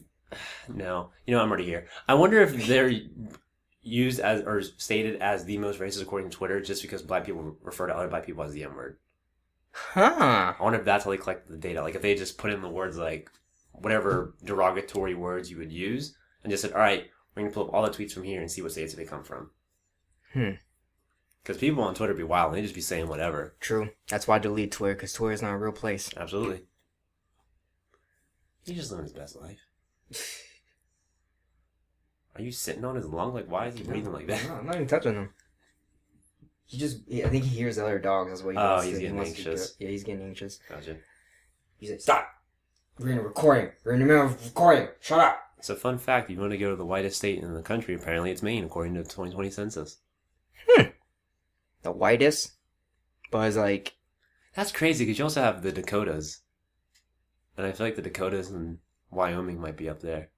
[SPEAKER 2] no, you know I'm already here. I wonder if they're used as or stated as the most racist according to Twitter, just because black people refer to other black people as the N word.
[SPEAKER 1] Huh.
[SPEAKER 2] I wonder if that's how they collect the data. Like if they just put in the words like whatever derogatory words you would use, and just said, "All right, we're gonna pull up all the tweets from here and see what states they come from."
[SPEAKER 1] Hmm.
[SPEAKER 2] Because people on Twitter be wild, and they just be saying whatever.
[SPEAKER 1] True. That's why I delete Twitter, because Twitter's not a real place.
[SPEAKER 2] Absolutely. He's just living his best life. Are you sitting on his lung? Like, why is he breathing like that?
[SPEAKER 1] No, I'm not even touching him. He just, he- I think he hears other dogs. That's what he
[SPEAKER 2] Oh,
[SPEAKER 1] wants
[SPEAKER 2] he's
[SPEAKER 1] to- he
[SPEAKER 2] getting
[SPEAKER 1] wants to
[SPEAKER 2] anxious.
[SPEAKER 1] go- yeah, he's getting anxious.
[SPEAKER 2] Gotcha.
[SPEAKER 1] He's like, stop. We're in a recording. We're in the middle of recording. Shut up.
[SPEAKER 2] So, fun fact: if you want to go to the whitest state in the country, apparently it's Maine, according to the 2020 census.
[SPEAKER 1] The whitest, but it's like,
[SPEAKER 2] That's crazy because you also have the Dakotas, and I feel like the Dakotas and Wyoming might be up there.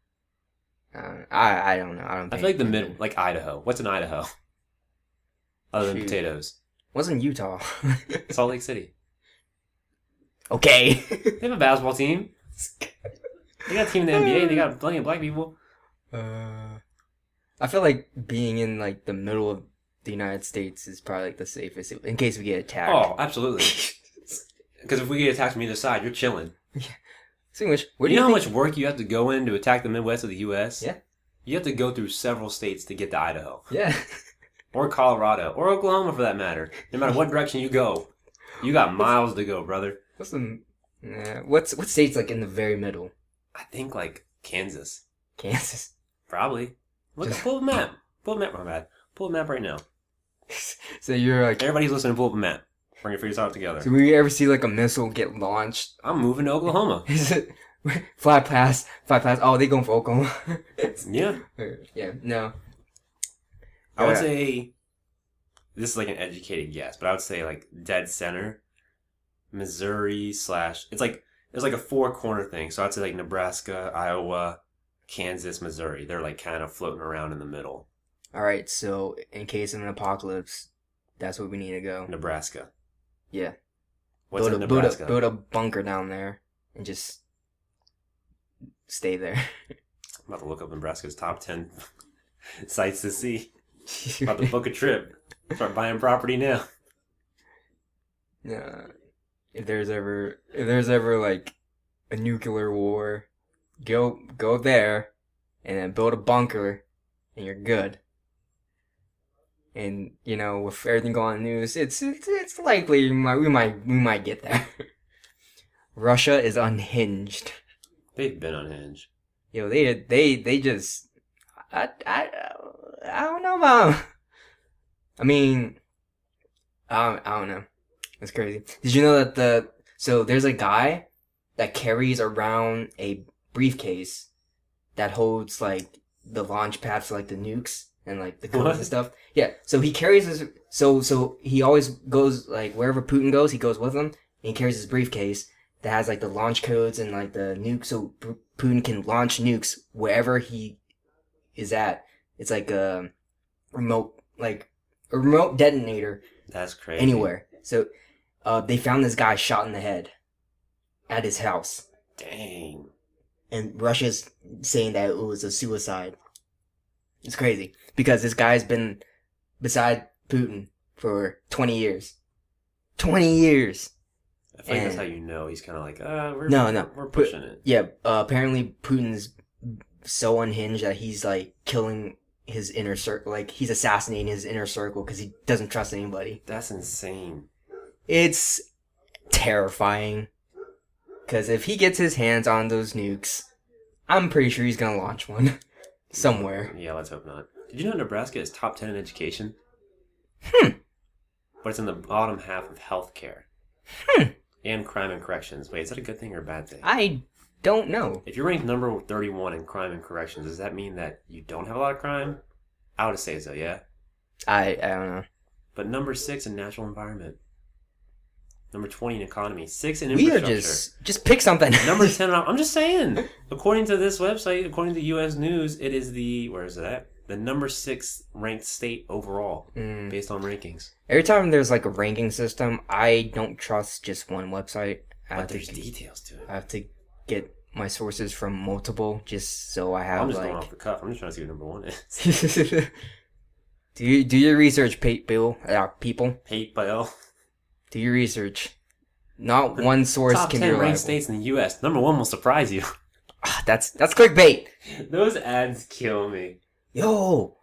[SPEAKER 1] uh, I, I don't know. I don't.
[SPEAKER 2] I
[SPEAKER 1] think-
[SPEAKER 2] feel like the mid, like Idaho. What's in Idaho? Other than
[SPEAKER 1] Shoot.
[SPEAKER 2] potatoes,
[SPEAKER 1] Wasn't Utah.
[SPEAKER 2] Salt Lake City.
[SPEAKER 1] okay.
[SPEAKER 2] They have a basketball team. They got a team in the NBA. They got plenty of black people.
[SPEAKER 1] Uh, I feel like being in like the middle of the United States is probably like the safest in case we get attacked.
[SPEAKER 2] Oh, absolutely. Because if we get attacked from either side, you're chilling.
[SPEAKER 1] Speaking of which, where
[SPEAKER 2] you
[SPEAKER 1] do
[SPEAKER 2] know
[SPEAKER 1] you,
[SPEAKER 2] how
[SPEAKER 1] think?
[SPEAKER 2] much work you have to go in to attack the Midwest of the U.S.
[SPEAKER 1] Yeah.
[SPEAKER 2] You have to go through several states to get to Idaho,
[SPEAKER 1] Yeah,
[SPEAKER 2] or Colorado, or Oklahoma for that matter. No matter what direction you go, you got miles to go, brother.
[SPEAKER 1] what's the uh, what's what state's like in the very middle?
[SPEAKER 2] I think like Kansas,
[SPEAKER 1] Kansas.
[SPEAKER 2] probably. Look,
[SPEAKER 1] Just-
[SPEAKER 2] pull up a map. Pull up a map. My bad. Pull up a map right now.
[SPEAKER 1] So you're like,
[SPEAKER 2] Everybody's listening. Pull up a map. Bring your figures out together.
[SPEAKER 1] so we ever see like a missile get launched?
[SPEAKER 2] I'm moving to Oklahoma.
[SPEAKER 1] Is it fly past, fly past? Oh, they going for Oklahoma?
[SPEAKER 2] Yeah.
[SPEAKER 1] yeah, no.
[SPEAKER 2] I would
[SPEAKER 1] Yeah.
[SPEAKER 2] say this is like an educated guess, but I would say like dead center, Missouri slash. It's like it's like a four corner thing. So I'd say like Nebraska, Iowa, Kansas, Missouri. They're like kind of floating around in the middle.
[SPEAKER 1] All right, so in case of an apocalypse, that's where we need to go.
[SPEAKER 2] Nebraska.
[SPEAKER 1] Yeah.
[SPEAKER 2] What's
[SPEAKER 1] build,
[SPEAKER 2] in
[SPEAKER 1] a, build, a,
[SPEAKER 2] Nebraska?
[SPEAKER 1] build a bunker down there and just stay there.
[SPEAKER 2] I'm about to look up Nebraska's top ten sites to see. About to book a trip. Start buying property now.
[SPEAKER 1] yeah. If there's ever if there's ever like a nuclear war, go go there and then build a bunker, and you're good. And you know, with everything going on in the news, it's it's, it's likely we might, we might we might get there. Russia is unhinged.
[SPEAKER 2] They've been unhinged.
[SPEAKER 1] You know, they they they just I I I don't know about. 'em. I mean, I don't, I don't know. It's crazy. Did you know that the so there's a guy that carries around a briefcase that holds like the launch pads for like the nukes and like the guns
[SPEAKER 2] What?
[SPEAKER 1] and stuff. Yeah. So he carries his so so he always goes like wherever Putin goes, he goes with him. And he carries his briefcase that has like the launch codes and like the nuke, so P- Putin can launch nukes wherever he is at. It's like a remote like a remote detonator
[SPEAKER 2] That's crazy.
[SPEAKER 1] anywhere. So uh, they found this guy shot in the head at his house,
[SPEAKER 2] Dang.
[SPEAKER 1] and Russia's saying that it was a suicide. It's crazy because this guy's been beside Putin for 20 years. 20 years.
[SPEAKER 2] I feel like that's
[SPEAKER 1] And-
[SPEAKER 2] how you know he's kind of like, uh, we're,
[SPEAKER 1] No, no.
[SPEAKER 2] we're pushing it.
[SPEAKER 1] Yeah, uh, apparently Putin's so unhinged that he's like killing his inner circle, like he's assassinating his inner circle because he doesn't trust anybody.
[SPEAKER 2] That's insane.
[SPEAKER 1] It's terrifying. Because if he gets his hands on those nukes, I'm pretty sure he's going to launch one somewhere.
[SPEAKER 2] Yeah, let's hope not. Did you know Nebraska is top 10 in education?
[SPEAKER 1] Hmm.
[SPEAKER 2] But it's in the bottom half of healthcare. And crime and corrections. Wait, is that a good thing or a bad thing?
[SPEAKER 1] Hmm. I don't know.
[SPEAKER 2] If you're ranked number 31 in crime and corrections, does that mean that you don't have a lot of crime? I would say so, yeah.
[SPEAKER 1] I, I don't know.
[SPEAKER 2] But number six in natural environment. Number 20 in economy. Six in
[SPEAKER 1] We are
[SPEAKER 2] infrastructure.
[SPEAKER 1] just, just pick something.
[SPEAKER 2] Number 10, I'm just saying. According to this website, according to U.S. News, it is the, where is it at? The number six ranked state overall,
[SPEAKER 1] Mm.
[SPEAKER 2] based on rankings.
[SPEAKER 1] Every time there's like a ranking system, I don't trust just one website. I have,
[SPEAKER 2] But
[SPEAKER 1] to,
[SPEAKER 2] there's details to it.
[SPEAKER 1] I have to get my sources from multiple just so I
[SPEAKER 2] I'm
[SPEAKER 1] have
[SPEAKER 2] just
[SPEAKER 1] like.
[SPEAKER 2] going off the cuff. I'm just trying to see what number one is.
[SPEAKER 1] do, you, do your research, Pete Bill. Uh, people.
[SPEAKER 2] Hate Bell.
[SPEAKER 1] Do your research. Not one source
[SPEAKER 2] Top
[SPEAKER 1] can be
[SPEAKER 2] 10 ranked
[SPEAKER 1] reliable.
[SPEAKER 2] states in the U.S. Number one will surprise you.
[SPEAKER 1] Ah, that's that's clickbait.
[SPEAKER 2] Those ads kill me.
[SPEAKER 1] Yo,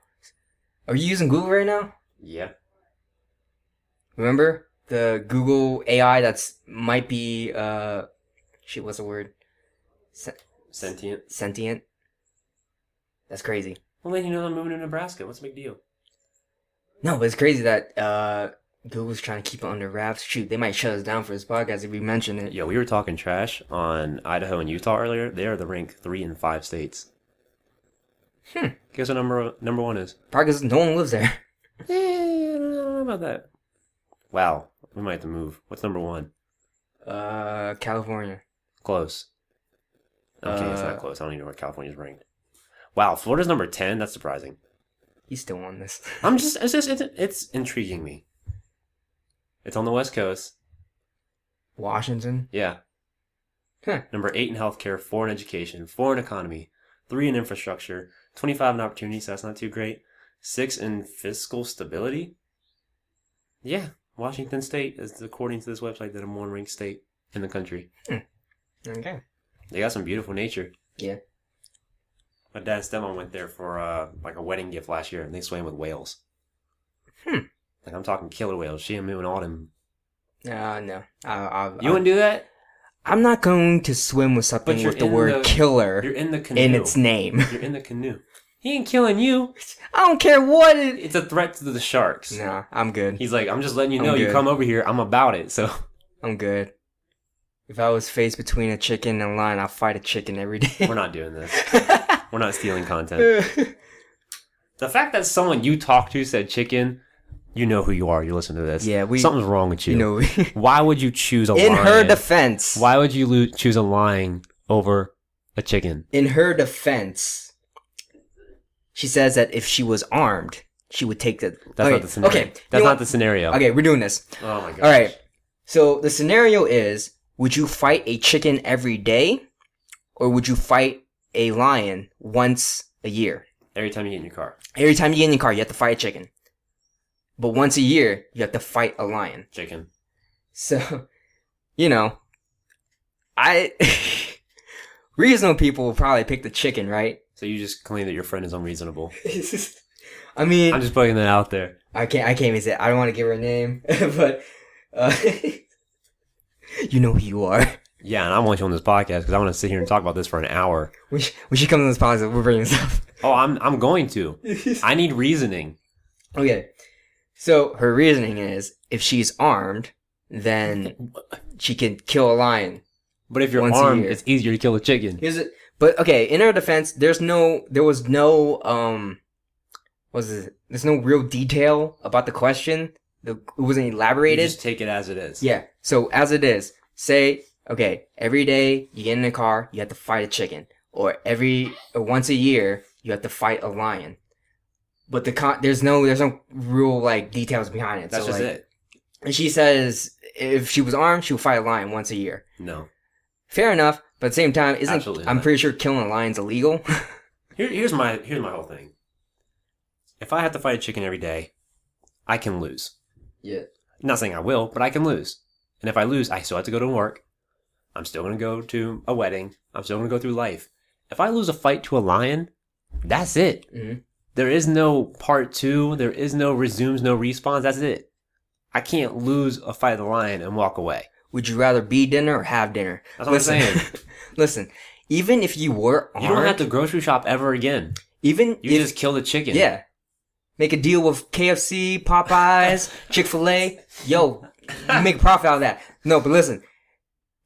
[SPEAKER 1] are you using Google right now?
[SPEAKER 2] Yeah.
[SPEAKER 1] Remember the Google AI that's might be uh, shit. What's the word? Se-
[SPEAKER 2] Sentient.
[SPEAKER 1] sentient. That's crazy.
[SPEAKER 2] Well, then you know I'm moving to Nebraska. What's the big deal?
[SPEAKER 1] No, but it's crazy that uh, Google's trying to keep it under wraps. Shoot, they might shut us down for this podcast if we mention it.
[SPEAKER 2] Yeah, we were talking trash on Idaho and Utah earlier. They are the rank three and five states.
[SPEAKER 1] Hmm.
[SPEAKER 2] Guess what number number one is?
[SPEAKER 1] Probably because no one lives there.
[SPEAKER 2] Eh, I don't know about that. Wow, we might have to move. What's number one?
[SPEAKER 1] Uh, California.
[SPEAKER 2] Close. Okay, it's
[SPEAKER 1] Uh,
[SPEAKER 2] not close. I don't even know where California's ranked. Wow, Florida's number ten. That's surprising.
[SPEAKER 1] He's still on this.
[SPEAKER 2] I'm just it's just it's, it's intriguing me. It's on the West Coast.
[SPEAKER 1] Washington.
[SPEAKER 2] Yeah.
[SPEAKER 1] Huh.
[SPEAKER 2] Number eight in healthcare, four in education, four in economy, three in infrastructure, 25 in opportunities, so that's not too great, six in fiscal stability. Yeah, Washington State is, according to this website, the number one ranked state in the country.
[SPEAKER 1] Okay.
[SPEAKER 2] They got some beautiful nature.
[SPEAKER 1] Yeah.
[SPEAKER 2] My dad and stepmom went there for uh, like a wedding gift last year, and they swam with whales.
[SPEAKER 1] Hmm.
[SPEAKER 2] Like I'm talking killer whales. She and me and Autumn.
[SPEAKER 1] Uh, no. I, I,
[SPEAKER 2] You wouldn't do that.
[SPEAKER 1] I'm not going to swim with something
[SPEAKER 2] you're
[SPEAKER 1] with the
[SPEAKER 2] in
[SPEAKER 1] word
[SPEAKER 2] the- You're
[SPEAKER 1] killer
[SPEAKER 2] in the canoe.
[SPEAKER 1] in its name.
[SPEAKER 2] You're in the canoe. He ain't killing you.
[SPEAKER 1] I don't care what it.
[SPEAKER 2] It's a threat to the sharks.
[SPEAKER 1] Nah, I'm good.
[SPEAKER 2] He's like, I'm just letting you
[SPEAKER 1] I'm
[SPEAKER 2] know you
[SPEAKER 1] good.
[SPEAKER 2] come over here. I'm about it. So
[SPEAKER 1] I'm good. If I was faced between a chicken and a lion, I'd fight a chicken every day.
[SPEAKER 2] we're not doing this. We're not stealing content. The fact that someone you talk to said chicken, you know who you are. You listen to this.
[SPEAKER 1] Yeah, we-
[SPEAKER 2] Something's wrong with you.
[SPEAKER 1] you know, in
[SPEAKER 2] Why would you choose a lion?
[SPEAKER 1] her defense,
[SPEAKER 2] Why would you lo- choose a lion over a chicken?
[SPEAKER 1] in her defense, she says that if she was armed, she would take the.
[SPEAKER 2] That's
[SPEAKER 1] okay.
[SPEAKER 2] not the scenario.
[SPEAKER 1] Okay, you
[SPEAKER 2] That's
[SPEAKER 1] know
[SPEAKER 2] not
[SPEAKER 1] what?
[SPEAKER 2] the scenario.
[SPEAKER 1] Okay, we're doing this.
[SPEAKER 2] Oh my god.
[SPEAKER 1] All right. So the scenario is: Would you fight a chicken every day, or would you fight a lion once a year?
[SPEAKER 2] Every time you get in your car,
[SPEAKER 1] Every time you get in your car, you have to fight a chicken. But once a year, you have to fight a lion.
[SPEAKER 2] chicken.
[SPEAKER 1] So, you know, I reasonable people will probably pick the chicken, right?
[SPEAKER 2] So you just claim that your friend is unreasonable.
[SPEAKER 1] I mean,
[SPEAKER 2] I'm just putting that out there.
[SPEAKER 1] I can't. I can't even say. I don't want to give her a name, but uh, you know who you are.
[SPEAKER 2] Yeah, and I want you on this podcast because I want to sit here and talk about this for an hour.
[SPEAKER 1] We sh- we should come to this positive. We're bringing this up.
[SPEAKER 2] Oh, I'm I'm going to. I need reasoning.
[SPEAKER 1] okay. So her reasoning is, if she's armed, then she can kill a lion.
[SPEAKER 2] But if you're
[SPEAKER 1] Once a
[SPEAKER 2] armed,
[SPEAKER 1] year.
[SPEAKER 2] it's easier to kill a chicken.
[SPEAKER 1] Here's it. But okay, in her defense, there's no, there was no, um, what was it? There's no real detail about the question. The, it wasn't
[SPEAKER 2] You
[SPEAKER 1] elaborated.
[SPEAKER 2] just take it as it is.
[SPEAKER 1] Yeah. So as it is, say, okay, every day you get in a car, you have to fight a chicken, or every or once a year you have to fight a lion. But the con- there's no there's no real like details behind it.
[SPEAKER 2] that's
[SPEAKER 1] so,
[SPEAKER 2] just
[SPEAKER 1] like,
[SPEAKER 2] it.
[SPEAKER 1] And she says if she was armed, she would fight a lion once a year.
[SPEAKER 2] No.
[SPEAKER 1] Fair enough, but at the same time, isn't
[SPEAKER 2] Absolutely
[SPEAKER 1] I'm
[SPEAKER 2] not.
[SPEAKER 1] pretty sure killing a lion's illegal.
[SPEAKER 2] Here, here's my here's my whole thing. If I have to fight a chicken every day, I can lose.
[SPEAKER 1] yeah.
[SPEAKER 2] not saying I will, but I can lose. And if I lose, I still have to go to work. I'm still going to go to a wedding. I'm still going to go through life. If I lose a fight to a lion, that's it.
[SPEAKER 1] Mhm.
[SPEAKER 2] There is no part two. There is no resumes, no respawns. That's it. I can't lose a fight to the lion and walk away.
[SPEAKER 1] Would you rather be dinner or have dinner?
[SPEAKER 2] That's what I'm saying.
[SPEAKER 1] listen, even if you were armed,
[SPEAKER 2] You don't have to grocery shop ever again.
[SPEAKER 1] even
[SPEAKER 2] You
[SPEAKER 1] if
[SPEAKER 2] just kill the chicken.
[SPEAKER 1] Yeah. Make a deal with KFC, Popeyes, Chick fil A. Yo, you make a profit out of that. No, but listen,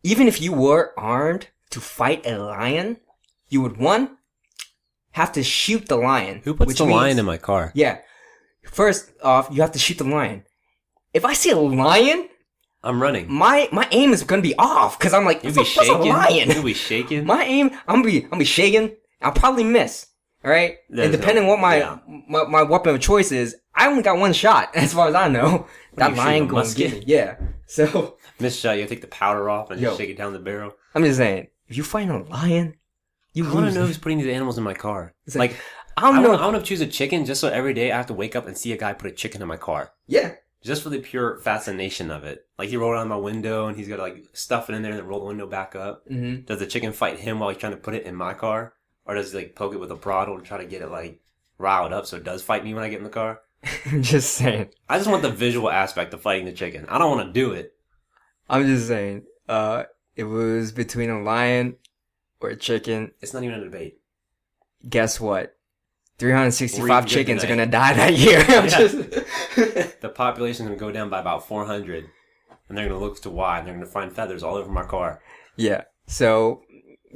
[SPEAKER 1] even if you were armed to fight a lion, you would one, have to shoot the lion.
[SPEAKER 2] Who puts
[SPEAKER 1] which
[SPEAKER 2] the
[SPEAKER 1] means-
[SPEAKER 2] lion in my car?
[SPEAKER 1] Yeah. First off, you have to shoot the lion. If I see a lion,
[SPEAKER 2] I'm running.
[SPEAKER 1] my my aim is gonna be off because I'm like, it's
[SPEAKER 2] You'll be
[SPEAKER 1] a, that's a
[SPEAKER 2] shaking.
[SPEAKER 1] lion.
[SPEAKER 2] You'll be shaking.
[SPEAKER 1] My aim, I'm gonna be, I'm gonna be shaking. I'll probably miss. All right.
[SPEAKER 2] There's
[SPEAKER 1] and depending
[SPEAKER 2] no-
[SPEAKER 1] what my,
[SPEAKER 2] yeah.
[SPEAKER 1] my my weapon of choice is, I only got one shot as far as I know. That
[SPEAKER 2] you
[SPEAKER 1] lion going
[SPEAKER 2] shooting, a
[SPEAKER 1] to
[SPEAKER 2] musket?
[SPEAKER 1] get me. Yeah. So
[SPEAKER 2] Miss Shot, you take the powder off and
[SPEAKER 1] Yo.
[SPEAKER 2] shake it down the barrel.
[SPEAKER 1] I'm just saying, if you find a lion, you
[SPEAKER 2] I want
[SPEAKER 1] lose.
[SPEAKER 2] to know who's putting these animals in my car.
[SPEAKER 1] It's
[SPEAKER 2] like,
[SPEAKER 1] like, I
[SPEAKER 2] I
[SPEAKER 1] don't know.
[SPEAKER 2] want to choose a chicken just so every day I have to wake up and see a guy put a chicken in my car.
[SPEAKER 1] yeah.
[SPEAKER 2] Just for the pure fascination of it. Like, he rolled out my window and he's got to, like, stuff it in there and then roll the window back up.
[SPEAKER 1] hmm
[SPEAKER 2] Does the chicken fight him while he's trying to put it in my car? Or does he, like, poke it with a bridle and try to get it, like, riled up so it does fight me when I get in the car?
[SPEAKER 1] I'm just saying.
[SPEAKER 2] I just want the visual aspect of fighting the chicken. I don't want to do it.
[SPEAKER 1] I'm just saying. Uh, it was between a lion or a chicken.
[SPEAKER 2] It's not even a debate.
[SPEAKER 1] Guess what?
[SPEAKER 2] We're eating
[SPEAKER 1] 365
[SPEAKER 2] good
[SPEAKER 1] chickens are gonna
[SPEAKER 2] tonight.
[SPEAKER 1] die that year. I'm
[SPEAKER 2] Yeah.
[SPEAKER 1] just-
[SPEAKER 2] The population's going to go down by about 400. And they're going to look to why. And they're going to find feathers all over my car.
[SPEAKER 1] Yeah. So,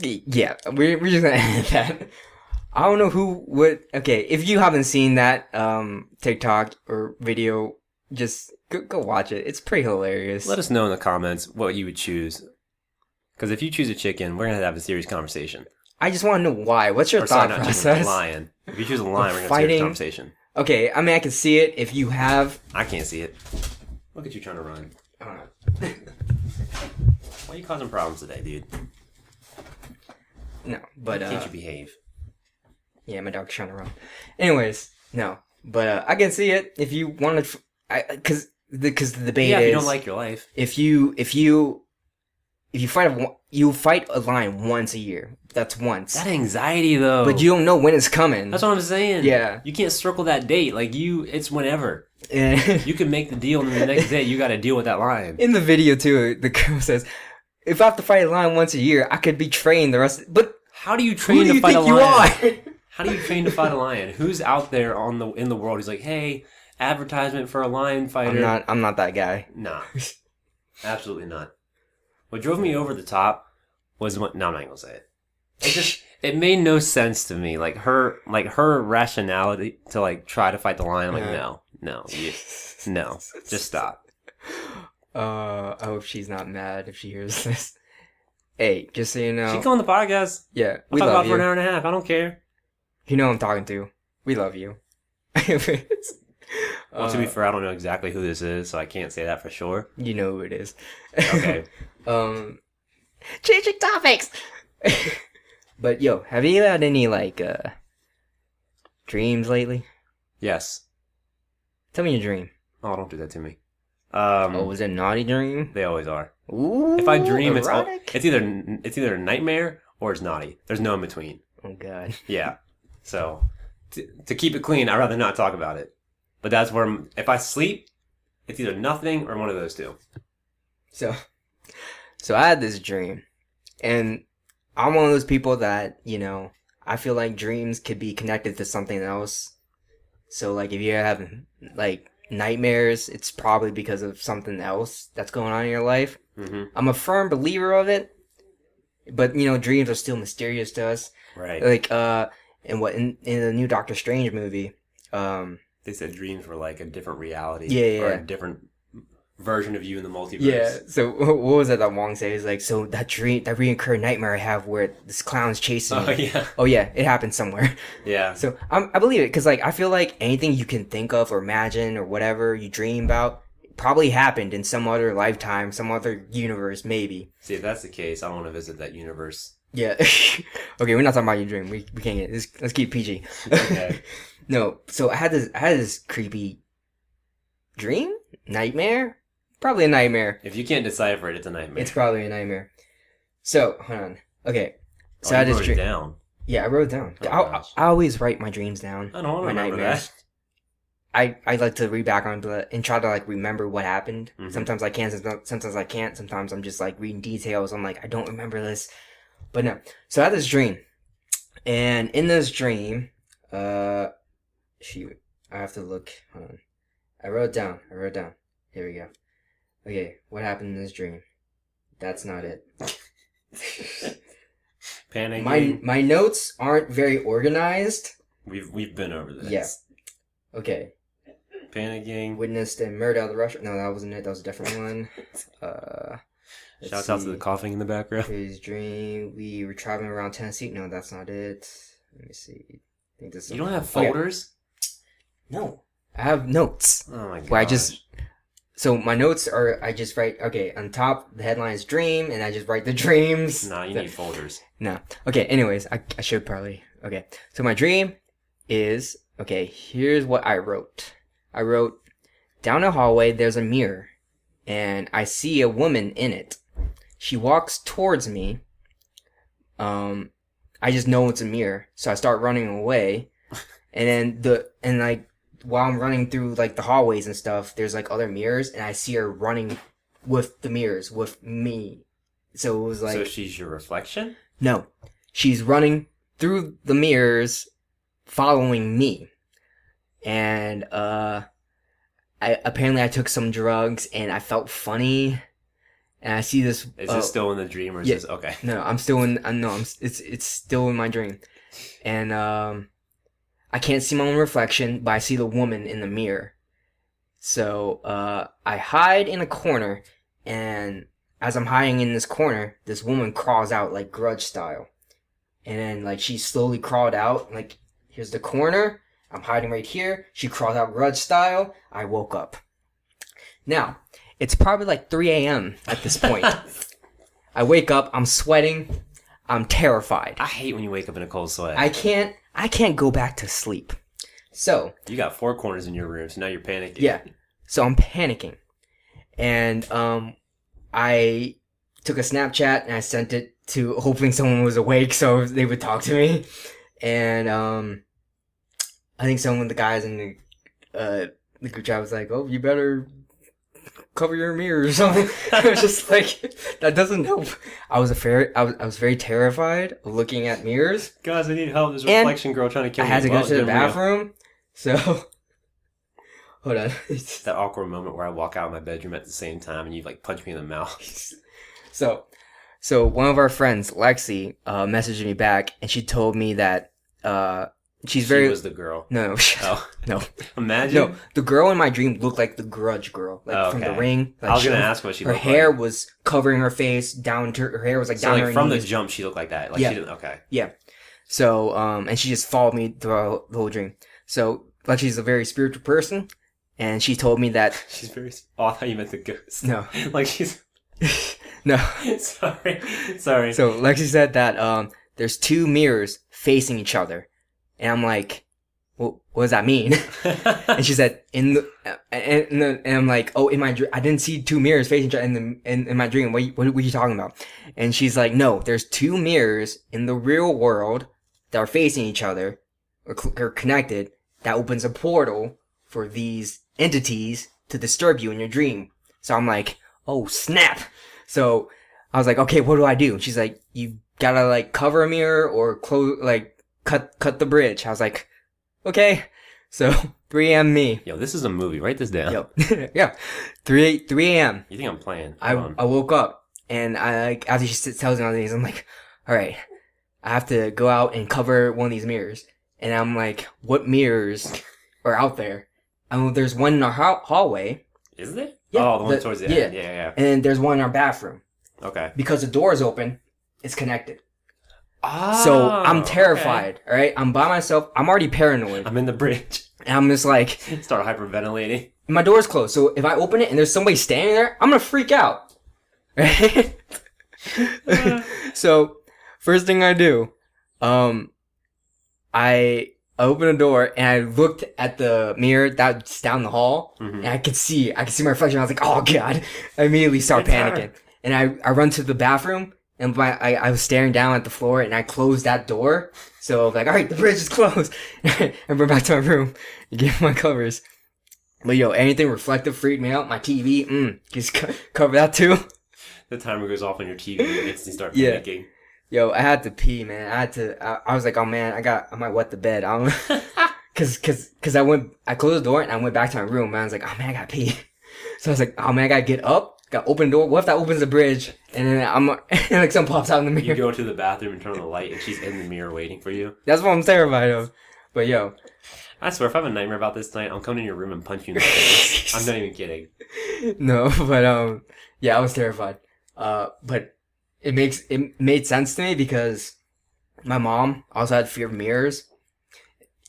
[SPEAKER 1] y- yeah, we're, we're just gonna end that. I don't know who would. Okay, if you haven't seen that um TikTok or video, just go, go watch it. It's pretty hilarious.
[SPEAKER 2] Let us know in the comments what you would choose. Because if you choose a chicken, we're gonna have a serious conversation.
[SPEAKER 1] I just want to know why. What's your thought
[SPEAKER 2] not chicken,
[SPEAKER 1] process?
[SPEAKER 2] lion. If you choose a lion, we're gonna have a
[SPEAKER 1] fighting.
[SPEAKER 2] serious conversation.
[SPEAKER 1] Okay, I mean, I can see it if you have. uh,
[SPEAKER 2] I can't see it. Look at you trying to run.
[SPEAKER 1] I don't know.
[SPEAKER 2] Why are you causing problems today, dude?
[SPEAKER 1] No, but
[SPEAKER 2] Can't
[SPEAKER 1] uh,
[SPEAKER 2] you behave?
[SPEAKER 1] yeah, my dog's trying to run. Anyways, no, but uh, I can see it if you wanted. F- I because the because the debate
[SPEAKER 2] Yeah, if
[SPEAKER 1] is
[SPEAKER 2] you don't like your life,
[SPEAKER 1] if you if you if you fight a wa- you fight a lion once a year. That's once,
[SPEAKER 2] that anxiety though.
[SPEAKER 1] but you don't know when it's coming.
[SPEAKER 2] That's what I'm saying.
[SPEAKER 1] Yeah.
[SPEAKER 2] You can't circle that date. Like you, it's whenever.
[SPEAKER 1] And
[SPEAKER 2] You can make the deal, and then the next day you got to deal with that lion.
[SPEAKER 1] in the video too, the girl says, "If I have to fight a lion once a year, I could be trained the rest." But
[SPEAKER 2] How do you
[SPEAKER 1] who
[SPEAKER 2] train
[SPEAKER 1] do
[SPEAKER 2] to
[SPEAKER 1] you
[SPEAKER 2] fight
[SPEAKER 1] think
[SPEAKER 2] a
[SPEAKER 1] you
[SPEAKER 2] lion?
[SPEAKER 1] are?
[SPEAKER 2] How do you train to fight a lion? Who's out there on the in the world? He's like, hey, advertisement for a lion fighter.
[SPEAKER 1] I'm not. I'm not that guy.
[SPEAKER 2] Nah, absolutely not. What drove me over the top was what. No, I'm not gonna say it. It just it made no sense to me. Like her, like her rationality to like try to fight the lion. I'm like,
[SPEAKER 1] Yeah.
[SPEAKER 2] no, no, you, no, just stop.
[SPEAKER 1] Uh, I hope she's not mad if she hears this. Hey, just so you
[SPEAKER 2] She
[SPEAKER 1] know,
[SPEAKER 2] can come on the podcast.
[SPEAKER 1] yeah, we
[SPEAKER 2] We'll talk about
[SPEAKER 1] love
[SPEAKER 2] it for an
[SPEAKER 1] you.
[SPEAKER 2] hour and a half. I don't care.
[SPEAKER 1] You know who I'm talking to. We love you.
[SPEAKER 2] Well, to be
[SPEAKER 1] Uh,
[SPEAKER 2] fair, I don't know exactly who this is, so I can't say that for sure.
[SPEAKER 1] you know who it is.
[SPEAKER 2] Okay,
[SPEAKER 1] Um, changing topics. but yo, have you had any like uh dreams lately?
[SPEAKER 2] yes.
[SPEAKER 1] Tell me your dream.
[SPEAKER 2] Oh, don't do that to me. Um,
[SPEAKER 1] Oh, was it a naughty dream?
[SPEAKER 2] they always are.
[SPEAKER 1] Ooh.
[SPEAKER 2] If I dream, it's e- all,
[SPEAKER 1] erotic.
[SPEAKER 2] it's either it's either a nightmare or it's naughty. There's no in between.
[SPEAKER 1] Oh God.
[SPEAKER 2] Yeah. So to, to keep it clean, I'd rather not talk about it. But that's where I'm- if I sleep, it's either nothing or one of those two.
[SPEAKER 1] So, so I had this dream, and I'm one of those people that you know I feel like dreams could be connected to something else. So like if you have like nightmares, it's probably because of something else that's going on in your life.
[SPEAKER 2] Mm-hmm.
[SPEAKER 1] I'm a firm believer of it, but you know dreams are still mysterious to us.
[SPEAKER 2] Right.
[SPEAKER 1] Like uh, in what in, in the new Doctor Strange movie, um,
[SPEAKER 2] They said dreams were like a different reality.
[SPEAKER 1] Yeah,
[SPEAKER 2] Or
[SPEAKER 1] yeah.
[SPEAKER 2] a different version of you in the multiverse.
[SPEAKER 1] Yeah. So what was that that Wong said? He's like, so that dream, that reoccurring nightmare I have where this clown's chasing me.
[SPEAKER 2] Oh yeah.
[SPEAKER 1] Oh yeah, it happened somewhere.
[SPEAKER 2] Yeah.
[SPEAKER 1] So I'm, I believe it because like I feel like anything you can think of or imagine or whatever you dream about probably happened in some other lifetime, some other universe, maybe.
[SPEAKER 2] See, if that's the case, I want to visit that universe.
[SPEAKER 1] Yeah. okay, we're not talking about your dream. We, we can't get this. Let's keep PG.
[SPEAKER 2] Okay.
[SPEAKER 1] No. So I had this I had this creepy dream nightmare. Probably a nightmare.
[SPEAKER 2] if you can't decipher it, it's a nightmare.
[SPEAKER 1] It's probably a nightmare. So, hold on. Okay.
[SPEAKER 2] Oh,
[SPEAKER 1] So
[SPEAKER 2] you
[SPEAKER 1] I just
[SPEAKER 2] wrote it
[SPEAKER 1] dream.
[SPEAKER 2] down.
[SPEAKER 1] Yeah, I wrote it down.
[SPEAKER 2] Oh,
[SPEAKER 1] I, I,
[SPEAKER 2] gosh.
[SPEAKER 1] I always write my dreams down.
[SPEAKER 2] I don't want to
[SPEAKER 1] My
[SPEAKER 2] remember
[SPEAKER 1] nightmares. I, I like to read back on the and try to like remember what happened.
[SPEAKER 2] Mhm.
[SPEAKER 1] Sometimes I can, sometimes, sometimes I can't. Sometimes I'm just like reading details. I'm like, I don't remember this. But no. So I had this dream. And in this dream, uh, shoot, I have to look. Hold on. I wrote it down. I wrote it down. Here we go. Okay, what happened in this dream? That's not it.
[SPEAKER 2] that. Panicking.
[SPEAKER 1] my my notes aren't very organized.
[SPEAKER 2] We've we've been over this.
[SPEAKER 1] Yeah. Okay.
[SPEAKER 2] Panicking.
[SPEAKER 1] Witnessed a murder of the Russian. No, that wasn't it. That was a different one. Uh, let's
[SPEAKER 2] Shouts out to
[SPEAKER 1] see.
[SPEAKER 2] the coughing in the background.
[SPEAKER 1] Crazy dream. We were traveling around Tennessee. No, that's not it. Let me see. I think this.
[SPEAKER 2] You don't have
[SPEAKER 1] Okay.
[SPEAKER 2] folders?
[SPEAKER 1] No. I have notes.
[SPEAKER 2] Oh my god.
[SPEAKER 1] Where I just. So my notes are. I just write. Okay, on top the headline is dream, and I just write the dreams.
[SPEAKER 2] Nah, you
[SPEAKER 1] The-
[SPEAKER 2] need folders.
[SPEAKER 1] No. Okay, anyways, I, I should probably. Okay. So my dream is okay, here's what I wrote. I wrote down a hallway there's a mirror and I see a woman in it. She walks towards me. Um I just know it's a mirror, so I start running away. And then the and like while I'm running through like the hallways and stuff, there's like other mirrors and I see her running with the mirrors with me. So it was like
[SPEAKER 2] so she's your reflection?
[SPEAKER 1] no. She's running through the mirrors following me. And uh I apparently I took some drugs and I felt funny. And I see this
[SPEAKER 2] Is
[SPEAKER 1] uh,
[SPEAKER 2] this still in the dream or is
[SPEAKER 1] yeah.
[SPEAKER 2] this okay?
[SPEAKER 1] No, I'm still in I no, I'm s- it's it's still in my dream. And um I can't see my own reflection, but I see the woman in the mirror. So uh I hide in a corner and as I'm hiding in this corner, this woman crawls out like grudge style. And then like she slowly crawled out, like here's the corner, I'm hiding right here, she crawled out grudge style, I woke up. Now, it's probably like three AM at this point. I wake up, I'm sweating, I'm terrified.
[SPEAKER 2] I hate when you wake up in a cold sweat.
[SPEAKER 1] I can't I can't go back to sleep. So,
[SPEAKER 2] you got four corners in your room, so now you're panicking.
[SPEAKER 1] yeah. So I'm panicking. And um I took a Snapchat and I sent it to hoping someone was awake so they would talk to me. And um I think someone the guys in the uh the group chat was like, "Oh, you better cover your mirror or something." I was just like, "That doesn't help." I was a fair, I was, I was very terrified of looking at mirrors.
[SPEAKER 2] Guys, I need help. There's a
[SPEAKER 1] And
[SPEAKER 2] reflection girl trying to
[SPEAKER 1] I
[SPEAKER 2] kill me.
[SPEAKER 1] had to go
[SPEAKER 2] Well,
[SPEAKER 1] to the
[SPEAKER 2] it's been real.
[SPEAKER 1] bathroom, so hold on.
[SPEAKER 2] It's that awkward moment where I walk out of my bedroom at the same time and you like punch me in the mouth.
[SPEAKER 1] so, so one of our friends, Lexi, uh, messaged me back, and she told me that uh, she's
[SPEAKER 2] she
[SPEAKER 1] very
[SPEAKER 2] was the girl.
[SPEAKER 1] no, no,
[SPEAKER 2] Oh
[SPEAKER 1] no,
[SPEAKER 2] imagine.
[SPEAKER 1] no. The girl in my dream looked like the Grudge girl, like from the
[SPEAKER 2] Oh, Okay.
[SPEAKER 1] Ring. Like
[SPEAKER 2] I was
[SPEAKER 1] she-
[SPEAKER 2] gonna ask what she
[SPEAKER 1] her
[SPEAKER 2] looked
[SPEAKER 1] hair
[SPEAKER 2] like.
[SPEAKER 1] was covering her face down to her hair was like
[SPEAKER 2] So
[SPEAKER 1] down
[SPEAKER 2] like
[SPEAKER 1] her
[SPEAKER 2] from
[SPEAKER 1] knees.
[SPEAKER 2] the jump, she looked like that. Like
[SPEAKER 1] Yeah.
[SPEAKER 2] she didn't. Okay.
[SPEAKER 1] So, um, and she just followed me throughout the whole dream. So, like, she's a very spiritual person, and she told me that
[SPEAKER 2] She's very. Oh, I thought you meant the ghost.
[SPEAKER 1] no,
[SPEAKER 2] like she's.
[SPEAKER 1] no.
[SPEAKER 2] sorry, sorry.
[SPEAKER 1] So Lexi said that um, there's two mirrors facing each other, and I'm like, well, what does that mean? and she said in the uh, and, and, the- and I'm like, oh, in my dream, I didn't see two mirrors facing each other in the in, in my dream. What, you- what were you talking about? And she's like, no, there's two mirrors in the real world that are facing each other or, cl- or connected, that opens a portal for these entities to disturb you in your dream. So I'm like, oh snap! So I was like, okay, what do I do? She's like, you gotta like cover a mirror or close, like cut cut the bridge. I was like, okay. So 3 a.m. me.
[SPEAKER 2] Yo, this is a movie. Write this down.
[SPEAKER 1] Yep. yeah. 3 3 a.m.
[SPEAKER 2] You think I'm playing?
[SPEAKER 1] I, uh,
[SPEAKER 2] Hold on.
[SPEAKER 1] I woke up and I like after she sits, tells me all these, I'm like, all right, I have to go out and cover one of these mirrors. And I'm like, what mirrors are out there? And there's one in our hall- hallway,
[SPEAKER 2] Isn't it?
[SPEAKER 1] Yeah,
[SPEAKER 2] oh, the one
[SPEAKER 1] the-
[SPEAKER 2] towards the
[SPEAKER 1] yeah.
[SPEAKER 2] end. Yeah, yeah,
[SPEAKER 1] and then there's one in our bathroom.
[SPEAKER 2] yeah. Okay.
[SPEAKER 1] Because the door is open, it's connected. so I'm
[SPEAKER 2] Oh,
[SPEAKER 1] terrified. All right, I'm by myself. I'm already
[SPEAKER 2] okay.
[SPEAKER 1] paranoid.
[SPEAKER 2] I'm in the bridge.
[SPEAKER 1] And I'm just like,
[SPEAKER 2] Start hyperventilating.
[SPEAKER 1] my door's closed. So if I open it and there's somebody standing there, I'm gonna freak out. Right?
[SPEAKER 2] Mm-hmm.
[SPEAKER 1] so first thing I do, um, I open a door and I looked at the mirror that's down the hall
[SPEAKER 2] Mhm.
[SPEAKER 1] and I could see, I could see my reflection. I was like, oh God, I immediately start
[SPEAKER 2] It's her.
[SPEAKER 1] panicking and I, I run to the bathroom and my, I, I was staring down at the floor and I closed that door. So I'm like, all right, the bridge is closed. I went back to my room and gave my covers. But yo, anything reflective freaked me out. My TV, mm, just co- cover that too.
[SPEAKER 2] The timer goes off on your TV. You instantly start
[SPEAKER 1] Yeah.
[SPEAKER 2] panicking.
[SPEAKER 1] Yo, I had to pee, man. I had to. I, I was like, oh man, I got. I might wet the bed. I don't. Cause, cause, cause I went. I closed the door and I went back to my room. Man, I was like, oh man, I got to pee. So I was like, oh man, I gotta get up. Got to open the door. What if that opens the bridge? And then I'm and like something pops out in the
[SPEAKER 2] You
[SPEAKER 1] mirror.
[SPEAKER 2] go to the bathroom and turn on the light, and she's in the mirror waiting for you.
[SPEAKER 1] That's what I'm terrified of. But yo,
[SPEAKER 2] I swear, if I have a nightmare about this tonight, I'm coming in your room and punching you in the face. I'm not even kidding.
[SPEAKER 1] no. But um, yeah, I was terrified. Uh, but it makes it made sense to me because my mom also had fear of mirrors.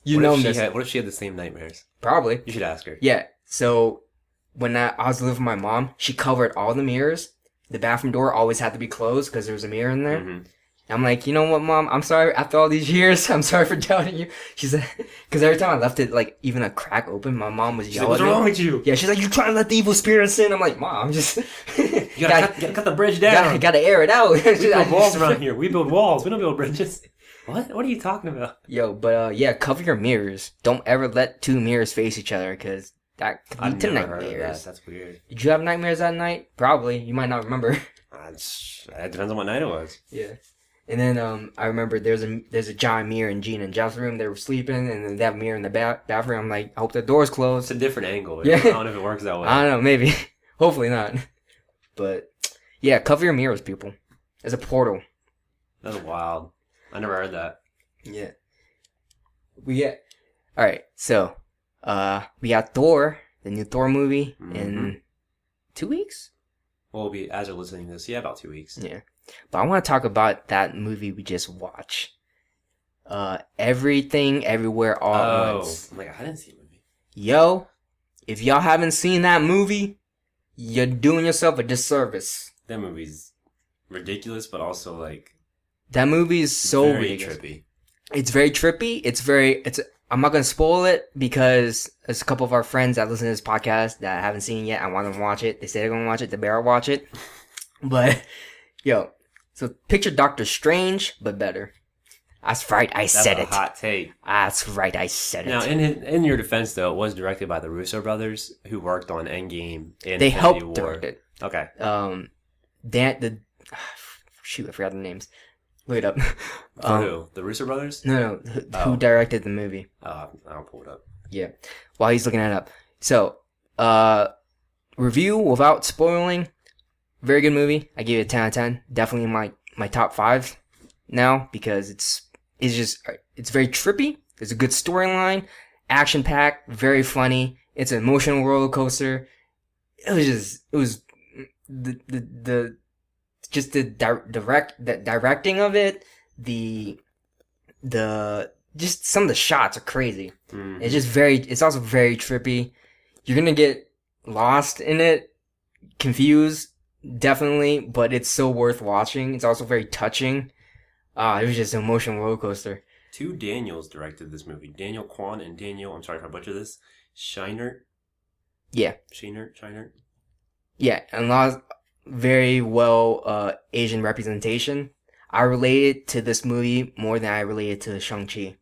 [SPEAKER 1] You
[SPEAKER 2] what
[SPEAKER 1] know
[SPEAKER 2] if she
[SPEAKER 1] this
[SPEAKER 2] had, what if she had the same nightmares?
[SPEAKER 1] probably.
[SPEAKER 2] You should ask her.
[SPEAKER 1] Yeah. So when I, I was living with my mom, she covered all the mirrors. The bathroom door always had to be closed because there was a mirror in there.
[SPEAKER 2] Mhm.
[SPEAKER 1] I'm like, you know what, mom? I'm sorry. After all these years, I'm sorry for doubting you. She said, because every time I left it, like even a crack open, my mom was
[SPEAKER 2] She's like, what's
[SPEAKER 1] yelling. at
[SPEAKER 2] wrong
[SPEAKER 1] me.
[SPEAKER 2] with you?
[SPEAKER 1] Yeah, she's like, you trying to let the evil spirits in? I'm like, mom, I'm just
[SPEAKER 2] You
[SPEAKER 1] gotta,
[SPEAKER 2] gotta, cut, gotta cut the bridge
[SPEAKER 1] gotta,
[SPEAKER 2] down.
[SPEAKER 1] gotta air it out.
[SPEAKER 2] we
[SPEAKER 1] I
[SPEAKER 2] build walls
[SPEAKER 1] just-
[SPEAKER 2] around here. We build walls. We don't build bridges. What? What are you talking about?
[SPEAKER 1] Yo, but uh, yeah, cover your mirrors. Don't ever let two mirrors face each other because that could lead
[SPEAKER 2] I've
[SPEAKER 1] to
[SPEAKER 2] never heard of that.
[SPEAKER 1] nightmares.
[SPEAKER 2] That's weird.
[SPEAKER 1] Did you have nightmares that night? Probably. You might not remember.
[SPEAKER 2] Uh, it's- It depends on what night it was.
[SPEAKER 1] Yeah. And then um, I remember there's a there's a giant mirror in Gene and Jeff's room. They were sleeping, and then that mirror in the ba- bathroom. I'm like, I hope the door's
[SPEAKER 2] It's
[SPEAKER 1] closed.
[SPEAKER 2] a different angle.
[SPEAKER 1] Yeah.
[SPEAKER 2] I don't know if it works that way.
[SPEAKER 1] I don't know, maybe, hopefully not. But yeah, cover your mirrors, people. It's a portal.
[SPEAKER 2] That's wild. I never heard that.
[SPEAKER 1] Yeah. We get. All right, so uh, we got Thor, the new Thor movie, in two weeks.
[SPEAKER 2] Well, it'll be as you're listening to this. Yeah, about two weeks.
[SPEAKER 1] Yeah. But I want to talk about that movie we just watched. Uh, everything, everywhere, all at
[SPEAKER 2] oh,
[SPEAKER 1] once.
[SPEAKER 2] I'm like, I didn't see the movie.
[SPEAKER 1] Yo, if y'all haven't seen that movie, you're doing yourself a disservice.
[SPEAKER 2] That movie's ridiculous, but also like
[SPEAKER 1] That movie is so
[SPEAKER 2] very
[SPEAKER 1] ridiculous.
[SPEAKER 2] trippy.
[SPEAKER 1] It's very trippy. It's very. It's. I'm not gonna spoil it because there's a couple of our friends that listen to this podcast that haven't seen it yet. I want them to watch it. They say they're gonna watch it. They better watch it. But yo, so picture Doctor Strange but better. That's right. I
[SPEAKER 2] That's
[SPEAKER 1] said
[SPEAKER 2] a
[SPEAKER 1] it.
[SPEAKER 2] hot take.
[SPEAKER 1] That's right. I said
[SPEAKER 2] Now,
[SPEAKER 1] it.
[SPEAKER 2] in his, in your defense, though, it was directed by the Russo brothers, who worked on Endgame. And
[SPEAKER 1] They
[SPEAKER 2] Infinity
[SPEAKER 1] helped
[SPEAKER 2] War.
[SPEAKER 1] direct it.
[SPEAKER 2] Okay,
[SPEAKER 1] um Dan the shoot I forgot the names. Look it up.
[SPEAKER 2] For
[SPEAKER 1] Um,
[SPEAKER 2] who? The Russo brothers?
[SPEAKER 1] no, no, who,
[SPEAKER 2] Oh.
[SPEAKER 1] who directed the movie?
[SPEAKER 2] Uh, I'll pull it up.
[SPEAKER 1] While he's looking that up, so uh, review without spoiling. Very good movie. I give it a ten out of ten. Definitely in my my top five now because it's it's just it's very trippy. It's a good storyline, action packed, very funny. It's an emotional roller coaster. It was just it was the the, the just the di- direct the directing of it. The the just some of the shots are crazy.
[SPEAKER 2] Mm.
[SPEAKER 1] It's just very. It's also very trippy. You're gonna get lost in it, confused, definitely. But it's so worth watching. It's also very touching. Ah, it was just an emotional roller coaster.
[SPEAKER 2] Two Daniels directed this movie. Daniel Kwan and Daniel. I'm sorry if I butcher this. Shiner.
[SPEAKER 1] Yeah.
[SPEAKER 2] Shiner. Shiner.
[SPEAKER 1] Yeah, and lots very well uh Asian representation. I related to this movie more than I related to Shang Chi.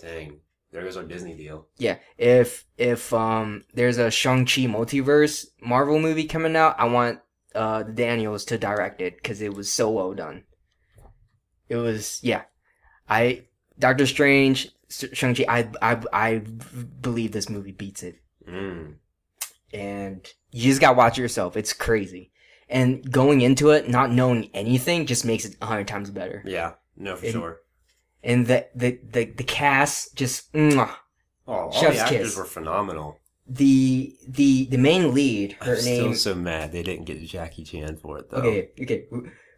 [SPEAKER 2] Dang. There goes our Disney deal.
[SPEAKER 1] Yeah, if if um there's a Shang Chi multiverse Marvel movie coming out, I want uh the Daniels to direct it because it was so well done. It was yeah, I Doctor Strange Shang Chi I I I believe this movie beats it.
[SPEAKER 2] Mm.
[SPEAKER 1] and you just gotta watch it yourself. It's crazy. And going into it, not knowing anything, just makes it a hundred times better.
[SPEAKER 2] Yeah. No, for
[SPEAKER 1] And-
[SPEAKER 2] sure.
[SPEAKER 1] And the the the, the cast just mwah.
[SPEAKER 2] Oh, all
[SPEAKER 1] Chef's
[SPEAKER 2] the actors
[SPEAKER 1] kiss.
[SPEAKER 2] were phenomenal.
[SPEAKER 1] the the the main lead. Her
[SPEAKER 2] I'm
[SPEAKER 1] name.
[SPEAKER 2] still so mad they didn't get Jackie Chan for it though.
[SPEAKER 1] okay, okay,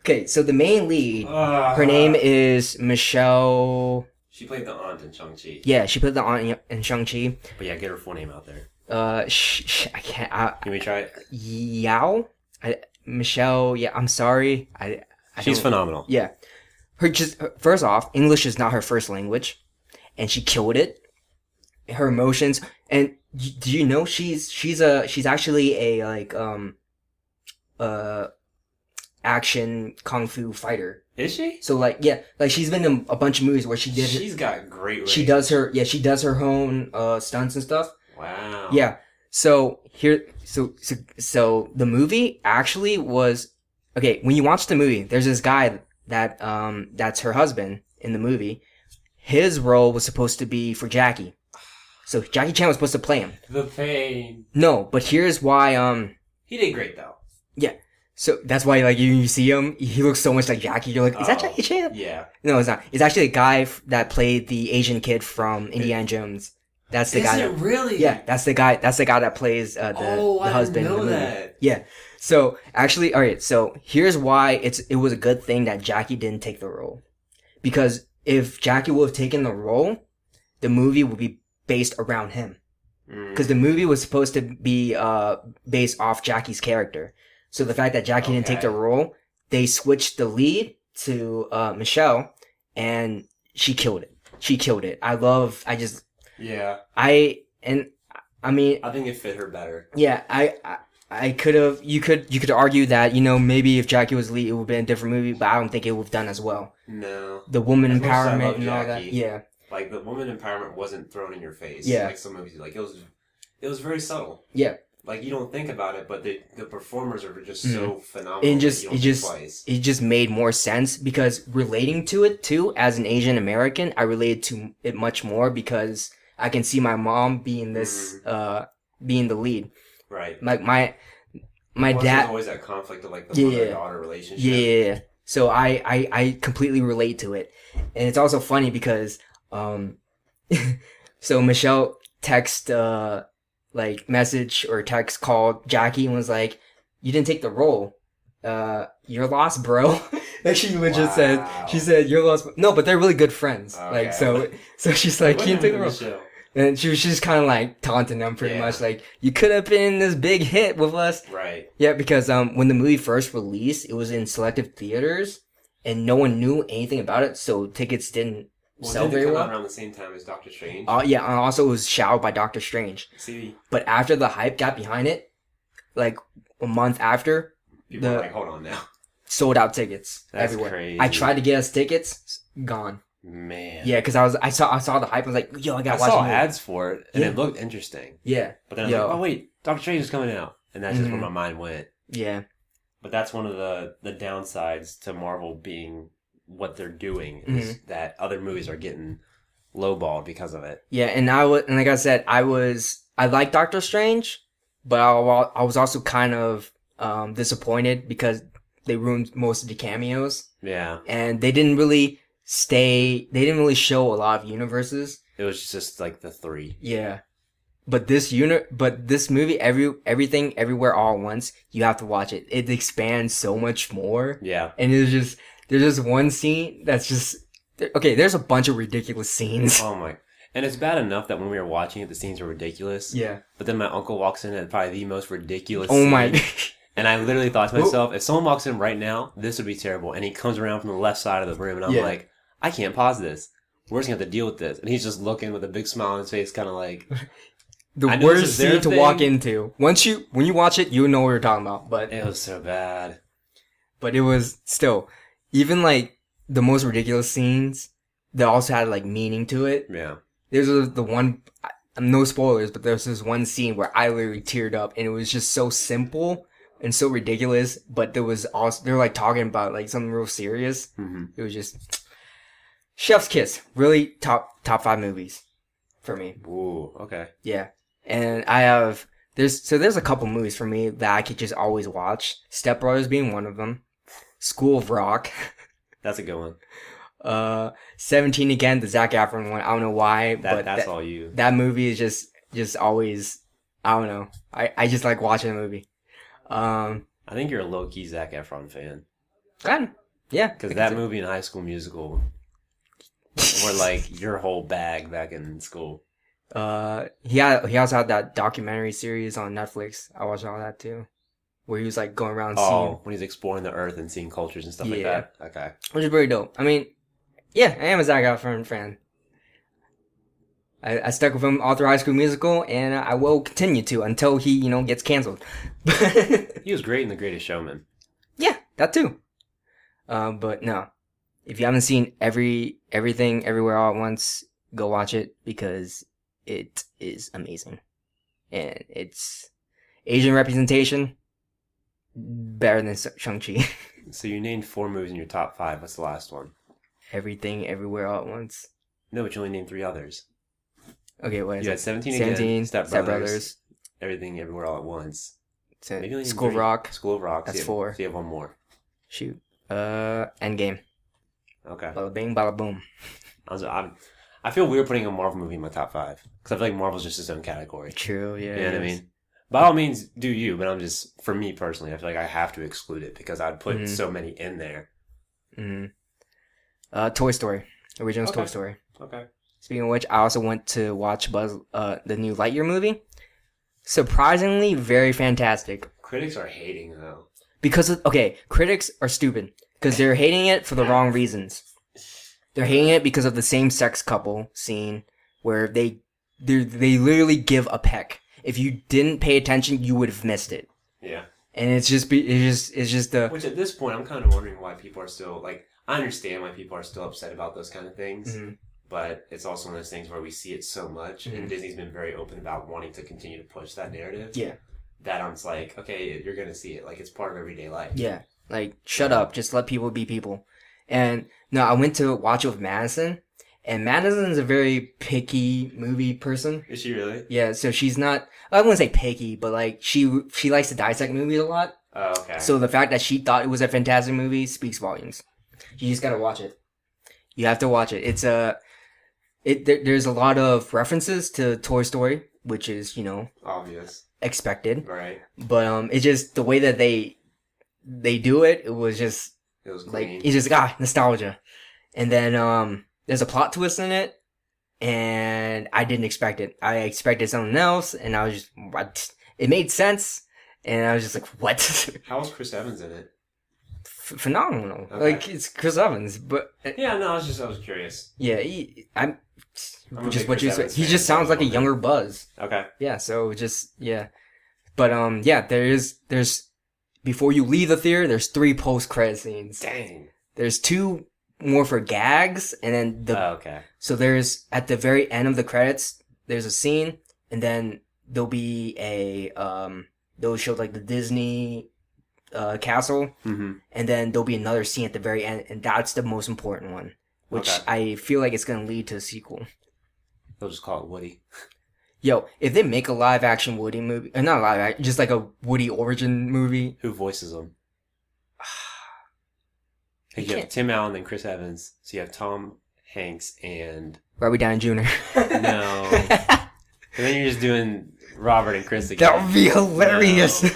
[SPEAKER 1] okay. So the main lead.
[SPEAKER 2] Ah.
[SPEAKER 1] her name is Michelle.
[SPEAKER 2] She played the aunt in Shang Chi.
[SPEAKER 1] Yeah, she played the aunt in- in Shang Chi.
[SPEAKER 2] But yeah, get her full name out there.
[SPEAKER 1] Uh, sh- sh- I can't. I,
[SPEAKER 2] Can we try it?
[SPEAKER 1] Yao. I, Michelle. Yeah, I'm sorry. I. I
[SPEAKER 2] She's
[SPEAKER 1] don't-
[SPEAKER 2] phenomenal.
[SPEAKER 1] Yeah. Her just her- first off, English is not her first language, and she killed it. Her emotions, and y- do you know she's she's a she's actually a like um, uh, action kung fu fighter.
[SPEAKER 2] Is she?
[SPEAKER 1] So like yeah, like she's been in a bunch of movies where she did
[SPEAKER 2] She's got great. Range.
[SPEAKER 1] she does her yeah she does her own uh stunts and stuff.
[SPEAKER 2] Wow.
[SPEAKER 1] Yeah. So here, so, so so the movie actually was okay. When you watch the movie, there's this guy that um that's her husband in the movie. His role was supposed to be for Jackie, so Jackie Chan was supposed to play him.
[SPEAKER 2] The pain.
[SPEAKER 1] No, but here's why. Um,
[SPEAKER 2] He did great though.
[SPEAKER 1] so that's why like you, you see him, he looks so much like Jackie. You're like, is that
[SPEAKER 2] Oh.
[SPEAKER 1] Jackie Chan?
[SPEAKER 2] Yeah.
[SPEAKER 1] No, it's not. It's actually a guy f- that played the Asian kid from Indiana Jones. That's the guy. That,
[SPEAKER 2] really? Oh,
[SPEAKER 1] yeah, that's the guy. That's the guy that plays uh, the, the husband in the movie. Yeah. So actually, all right. So here's why it's it was a good thing that Jackie didn't take the role, because if Jackie would have taken the role, the movie would be based around him. Because the movie was supposed to be uh based off Jackie's character. So the fact that Jackie didn't take
[SPEAKER 2] Okay.
[SPEAKER 1] the role, they switched the lead to uh, Michelle, and she killed it. She killed it. I love. I just
[SPEAKER 2] yeah,
[SPEAKER 1] I and I mean
[SPEAKER 2] I think it fit her better.
[SPEAKER 1] yeah, I I, I could have you could you could argue that you know maybe if Jackie was lead it would have been a different movie, but I don't think it would have done as well.
[SPEAKER 2] No,
[SPEAKER 1] The woman
[SPEAKER 2] As much as I
[SPEAKER 1] empowerment
[SPEAKER 2] love
[SPEAKER 1] and all that.
[SPEAKER 2] Jackie.
[SPEAKER 1] Yeah,
[SPEAKER 2] like the woman empowerment wasn't thrown in your face.
[SPEAKER 1] Yeah.
[SPEAKER 2] like some movies, like it was, it was very subtle.
[SPEAKER 1] Yeah. Mm.
[SPEAKER 2] like you don't think about it, but the the performers are just so phenomenal.
[SPEAKER 1] And
[SPEAKER 2] that
[SPEAKER 1] just-
[SPEAKER 2] you don't
[SPEAKER 1] it
[SPEAKER 2] think
[SPEAKER 1] just-
[SPEAKER 2] twice.
[SPEAKER 1] it just made more sense because relating to it too as an Asian American, I related to it much more because I can see my mom being this uh being the lead.
[SPEAKER 2] right.
[SPEAKER 1] Like my my
[SPEAKER 2] Plus, there's
[SPEAKER 1] dad.
[SPEAKER 2] always that conflict of like the
[SPEAKER 1] Yeah,
[SPEAKER 2] mother
[SPEAKER 1] yeah.
[SPEAKER 2] daughter relationship.
[SPEAKER 1] Yeah, yeah, yeah. So I, I I completely relate to it, and it's also funny because um, so Michelle text uh like message or text called Jackie and was like, "You didn't take the role, uh, you're lost, bro." like she legit said, she
[SPEAKER 2] Wow.
[SPEAKER 1] said, "You're lost." bro." No, but they're really good friends. Like
[SPEAKER 2] Okay.
[SPEAKER 1] so, so she's like,
[SPEAKER 2] What
[SPEAKER 1] "You didn't take the
[SPEAKER 2] happened
[SPEAKER 1] role,"
[SPEAKER 2] to Michelle?
[SPEAKER 1] and she was just kind of like taunting them pretty
[SPEAKER 2] Yeah.
[SPEAKER 1] much, like, "You could have been this big hit with us."
[SPEAKER 2] Right.
[SPEAKER 1] Yeah, because um, when the movie first released, it was in selective theaters, and no one knew anything about it, so tickets didn't
[SPEAKER 2] Well,
[SPEAKER 1] sell
[SPEAKER 2] didn't it
[SPEAKER 1] very
[SPEAKER 2] come out
[SPEAKER 1] well.
[SPEAKER 2] around the same time as Doctor Strange?
[SPEAKER 1] Uh, yeah, and also it was shadowed by Doctor Strange.
[SPEAKER 2] See,
[SPEAKER 1] But after the hype got behind it, like a month after,
[SPEAKER 2] people
[SPEAKER 1] The-
[SPEAKER 2] are like, hold on now.
[SPEAKER 1] sold out tickets
[SPEAKER 2] That's
[SPEAKER 1] everywhere.
[SPEAKER 2] crazy.
[SPEAKER 1] I tried to get us tickets, gone.
[SPEAKER 2] Man.
[SPEAKER 1] Yeah, because I was I saw I saw the hype. I was like, yo, I
[SPEAKER 2] I
[SPEAKER 1] gotta watch
[SPEAKER 2] saw
[SPEAKER 1] the movie.
[SPEAKER 2] ads for it, and
[SPEAKER 1] Yeah.
[SPEAKER 2] it looked interesting.
[SPEAKER 1] Yeah,
[SPEAKER 2] But then I was
[SPEAKER 1] Yo.
[SPEAKER 2] like, oh wait, Doctor Strange is coming out, and that's just where
[SPEAKER 1] Mhm.
[SPEAKER 2] my mind went.
[SPEAKER 1] yeah,
[SPEAKER 2] But that's one of the the downsides to Marvel being what they're doing is
[SPEAKER 1] Mm-hmm.
[SPEAKER 2] that other movies are getting lowballed because of it.
[SPEAKER 1] yeah. And I was and like I said, I was I like Doctor Strange, but I, wa- I was also kind of um, disappointed because they ruined most of the cameos
[SPEAKER 2] Yeah,
[SPEAKER 1] and they didn't really stay they didn't really show a lot of universes
[SPEAKER 2] it was just like the three.
[SPEAKER 1] yeah but this unit but this movie every everything everywhere all at once you have to watch it it expands so much more
[SPEAKER 2] Yeah.
[SPEAKER 1] and there's just there's just one scene that's just there- okay there's a bunch of ridiculous scenes
[SPEAKER 2] Oh my. And it's bad enough that when we were watching it, the scenes were ridiculous.
[SPEAKER 1] yeah
[SPEAKER 2] But then my uncle walks in at probably the most ridiculous.
[SPEAKER 1] oh
[SPEAKER 2] scene.
[SPEAKER 1] my
[SPEAKER 2] And I literally thought to
[SPEAKER 1] Who-
[SPEAKER 2] myself, if someone walks in right now, this would be terrible. And he comes around from the left side of the room, and I'm
[SPEAKER 1] Yeah.
[SPEAKER 2] like, I can't pause this. We're just gonna have to deal with this. And he's just looking with a big smile on his face, kind of like,
[SPEAKER 1] the
[SPEAKER 2] I know this
[SPEAKER 1] worst
[SPEAKER 2] is their
[SPEAKER 1] scene to walk
[SPEAKER 2] thing.
[SPEAKER 1] into once you when you watch it you know what you're talking about but
[SPEAKER 2] it was so bad.
[SPEAKER 1] but it was still even like the most ridiculous scenes that also had like meaning to it.
[SPEAKER 2] Yeah.
[SPEAKER 1] There's a- the one, I- no spoilers, but there's this one scene where I literally teared up, and it was just so simple and so ridiculous. But there was also they're like talking about like something real serious.
[SPEAKER 2] hmm
[SPEAKER 1] It was just Chef's Kiss, really top top five movies for me.
[SPEAKER 2] Ooh. Okay.
[SPEAKER 1] Yeah. And I have there's so there's a couple movies for me that I could just always watch. Step Brothers being one of them. School of Rock.
[SPEAKER 2] That's a good one.
[SPEAKER 1] Uh Seventeen again, the Zac Efron one. I don't know why,
[SPEAKER 2] That,
[SPEAKER 1] but
[SPEAKER 2] that's
[SPEAKER 1] that,
[SPEAKER 2] all you.
[SPEAKER 1] that movie is just just always I don't know. I, I just like watching the movie. Um
[SPEAKER 2] I think you're a low key Zac Efron fan
[SPEAKER 1] God. Yeah.
[SPEAKER 2] because that movie and High School Musical were like your whole bag back in school.
[SPEAKER 1] Uh, he had, he also had that documentary series on Netflix. I watched all that too, where he was like going around
[SPEAKER 2] Oh, when he's exploring the earth and seeing cultures and stuff like
[SPEAKER 1] Yeah.
[SPEAKER 2] that. Okay.
[SPEAKER 1] seeing, which is pretty dope. I mean, yeah, I am a Zac Efron fan. I, I stuck with him all through High School Musical, and I will continue to until he, you know, gets canceled.
[SPEAKER 2] He was great in The Greatest Showman.
[SPEAKER 1] yeah, that too. Uh, but no, if you haven't seen every everything everywhere all at once, go watch it because it is amazing, and it's Asian representation better than Shang Chi.
[SPEAKER 2] So you named four movies in your top five. What's the last one?
[SPEAKER 1] everything everywhere all at once.
[SPEAKER 2] No, but you only named three others.
[SPEAKER 1] Okay, what is
[SPEAKER 2] You had
[SPEAKER 1] it?
[SPEAKER 2] 17 again,
[SPEAKER 1] Seventeen,
[SPEAKER 2] Step
[SPEAKER 1] Step
[SPEAKER 2] Brothers.
[SPEAKER 1] Brothers,
[SPEAKER 2] Everything, Everywhere, All at Once.
[SPEAKER 1] to
[SPEAKER 2] Maybe only named
[SPEAKER 1] School
[SPEAKER 2] three.
[SPEAKER 1] Rock.
[SPEAKER 2] School of Rock.
[SPEAKER 1] That's
[SPEAKER 2] so you have-
[SPEAKER 1] four.
[SPEAKER 2] So you have one more.
[SPEAKER 1] Shoot, uh, Endgame.
[SPEAKER 2] Okay.
[SPEAKER 1] Bada bing, bada boom.
[SPEAKER 2] I, was, I'm, I feel weird putting a Marvel movie in my top five because I feel like Marvel's just its own category.
[SPEAKER 1] True. Yeah.
[SPEAKER 2] You know what I
[SPEAKER 1] yes.
[SPEAKER 2] mean? By all means, do you, but I'm just, for me personally, I feel like I have to exclude it because I'd put
[SPEAKER 1] Mhm.
[SPEAKER 2] so many in there.
[SPEAKER 1] Mm. Uh, Toy Story. Original
[SPEAKER 2] Okay.
[SPEAKER 1] Toy Story.
[SPEAKER 2] Okay.
[SPEAKER 1] Speaking of which, I also went to watch Buzz, uh, the new Lightyear movie. Surprisingly, very fantastic.
[SPEAKER 2] Critics are hating, though.
[SPEAKER 1] Because of, okay, critics are stupid because they're hating it for the wrong reasons. They're hating it because of the same sex couple scene where they they they literally give a peck. If you didn't pay attention, you would have missed it.
[SPEAKER 2] Yeah.
[SPEAKER 1] And it's just be it's just it's just the
[SPEAKER 2] Which at this point, I'm kind of wondering why people are still, like, I understand why people are still upset about those kind of things.
[SPEAKER 1] Mhm.
[SPEAKER 2] but it's also one of those things where we see it so much,
[SPEAKER 1] Mhm.
[SPEAKER 2] and Disney's been very open about wanting to continue to push that narrative.
[SPEAKER 1] yeah
[SPEAKER 2] That I'm just like, okay, you're gonna see it. Like it's part of everyday life.
[SPEAKER 1] yeah like shut up, just let people be people. And no, I went to watch it with Madison, and Madison's a very picky movie person.
[SPEAKER 2] Is she really?
[SPEAKER 1] Yeah, so she's not. I wouldn't say picky, but like she she likes to dissect movies a lot.
[SPEAKER 2] Oh, okay.
[SPEAKER 1] So the fact that she thought it was a fantastic movie speaks volumes. You just gotta watch it. You have to watch it. It's a it. There, there's a lot of references to Toy Story, which is you know
[SPEAKER 2] obvious,
[SPEAKER 1] expected,
[SPEAKER 2] right?
[SPEAKER 1] but um, it's just the way that they they do it. It was just
[SPEAKER 2] It was
[SPEAKER 1] like
[SPEAKER 2] clean.
[SPEAKER 1] it's just ah nostalgia, and then um, there's a plot twist in it, and I didn't expect it. I expected something else, and I was just what? It made sense, and I was just like, what? Ph-
[SPEAKER 2] How was Chris Evans in it?
[SPEAKER 1] Phenomenal.
[SPEAKER 2] Okay.
[SPEAKER 1] Like it's Chris Evans, but uh,
[SPEAKER 2] Yeah, no, I was just I was curious.
[SPEAKER 1] yeah, he, I'm
[SPEAKER 2] I'm a
[SPEAKER 1] just
[SPEAKER 2] big
[SPEAKER 1] what
[SPEAKER 2] Chris
[SPEAKER 1] you said.
[SPEAKER 2] Evans
[SPEAKER 1] He
[SPEAKER 2] fan,
[SPEAKER 1] just
[SPEAKER 2] so I
[SPEAKER 1] sounds like a
[SPEAKER 2] wondered.
[SPEAKER 1] younger Buzz.
[SPEAKER 2] Okay.
[SPEAKER 1] Yeah. So just yeah, but um, yeah, there is there's before you leave the theater, there's three post credit scenes.
[SPEAKER 2] Dang.
[SPEAKER 1] There's two more for gags, and then the
[SPEAKER 2] oh, okay.
[SPEAKER 1] So there's at the very end of the credits, there's a scene, and then there'll be a um they'll show like the Disney uh castle,
[SPEAKER 2] Mm-hmm.
[SPEAKER 1] and then there'll be another scene at the very end, and that's the most important one. Which I feel like it's gonna lead to a sequel.
[SPEAKER 2] They'll just call it Woody.
[SPEAKER 1] Yo, if they make a live action Woody movie, uh, not live, act- just like a Woody origin movie,
[SPEAKER 2] Who voices him? Like, you
[SPEAKER 1] You
[SPEAKER 2] have
[SPEAKER 1] can't-
[SPEAKER 2] Tim Allen and Chris Evans. So you have Tom Hanks and
[SPEAKER 1] Robert Downey Jr.
[SPEAKER 2] no. And then you're just doing Robert and Chris again.
[SPEAKER 1] that would be hilarious.
[SPEAKER 2] No.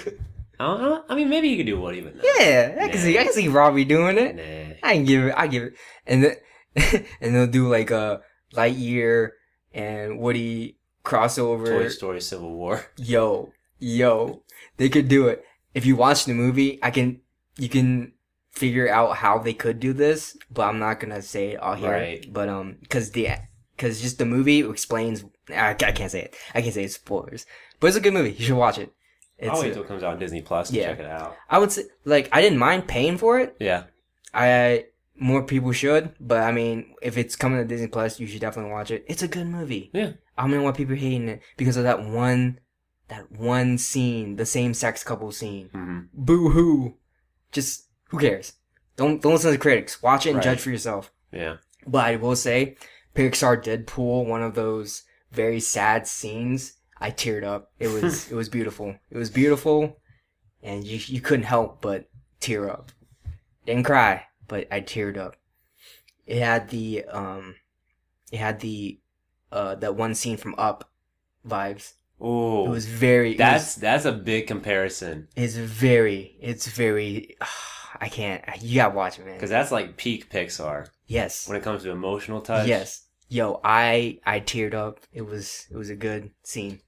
[SPEAKER 2] I, don't, I, don't- I mean, maybe you could do Woody, but no.
[SPEAKER 1] yeah, I can see, I can see Robbie doing it.
[SPEAKER 2] Nah.
[SPEAKER 1] I can give it. I give it. And then, and they'll do like a Lightyear and Woody
[SPEAKER 2] Toy
[SPEAKER 1] crossover.
[SPEAKER 2] Story Civil War.
[SPEAKER 1] Yo, yo, they could do it. If you watch the movie, I can. You can figure out how they could do this, but I'm not gonna say it all here.
[SPEAKER 2] Right.
[SPEAKER 1] But um, cause the cause just the movie explains. I, I can't say it. I can't say it's spoilers. But it's a good movie. You should watch it. It's.
[SPEAKER 2] I'll wait
[SPEAKER 1] uh,
[SPEAKER 2] till it comes out on Disney Plus and
[SPEAKER 1] yeah.
[SPEAKER 2] check it out.
[SPEAKER 1] I would say like I didn't mind paying for it.
[SPEAKER 2] Yeah.
[SPEAKER 1] I more people should, but I mean, if it's coming to Disney Plus, you should definitely watch it. It's a good movie.
[SPEAKER 2] Yeah.
[SPEAKER 1] I don't know why people are hating it because of that one, that one scene, the same sex couple scene.
[SPEAKER 2] hmm
[SPEAKER 1] Boo hoo. Just who cares? Don't don't listen to the critics. Watch it and
[SPEAKER 2] Right.
[SPEAKER 1] judge for yourself.
[SPEAKER 2] Yeah.
[SPEAKER 1] But I will say, Pixar did pull one of those very sad scenes. I teared up. It was it was beautiful. It was beautiful, and you you couldn't help but tear up. Didn't cry, but I teared up. It had the um, it had the uh that one scene from Up vibes. It
[SPEAKER 2] Oh,
[SPEAKER 1] was very it was-
[SPEAKER 2] that's that's a big comparison
[SPEAKER 1] it's very it's very. I can't. You gotta watch it,
[SPEAKER 2] because
[SPEAKER 1] man.
[SPEAKER 2] that's like peak Pixar
[SPEAKER 1] Yes.
[SPEAKER 2] when it comes to emotional touch.
[SPEAKER 1] Yes. Yo, I I teared up. It was it was a good scene.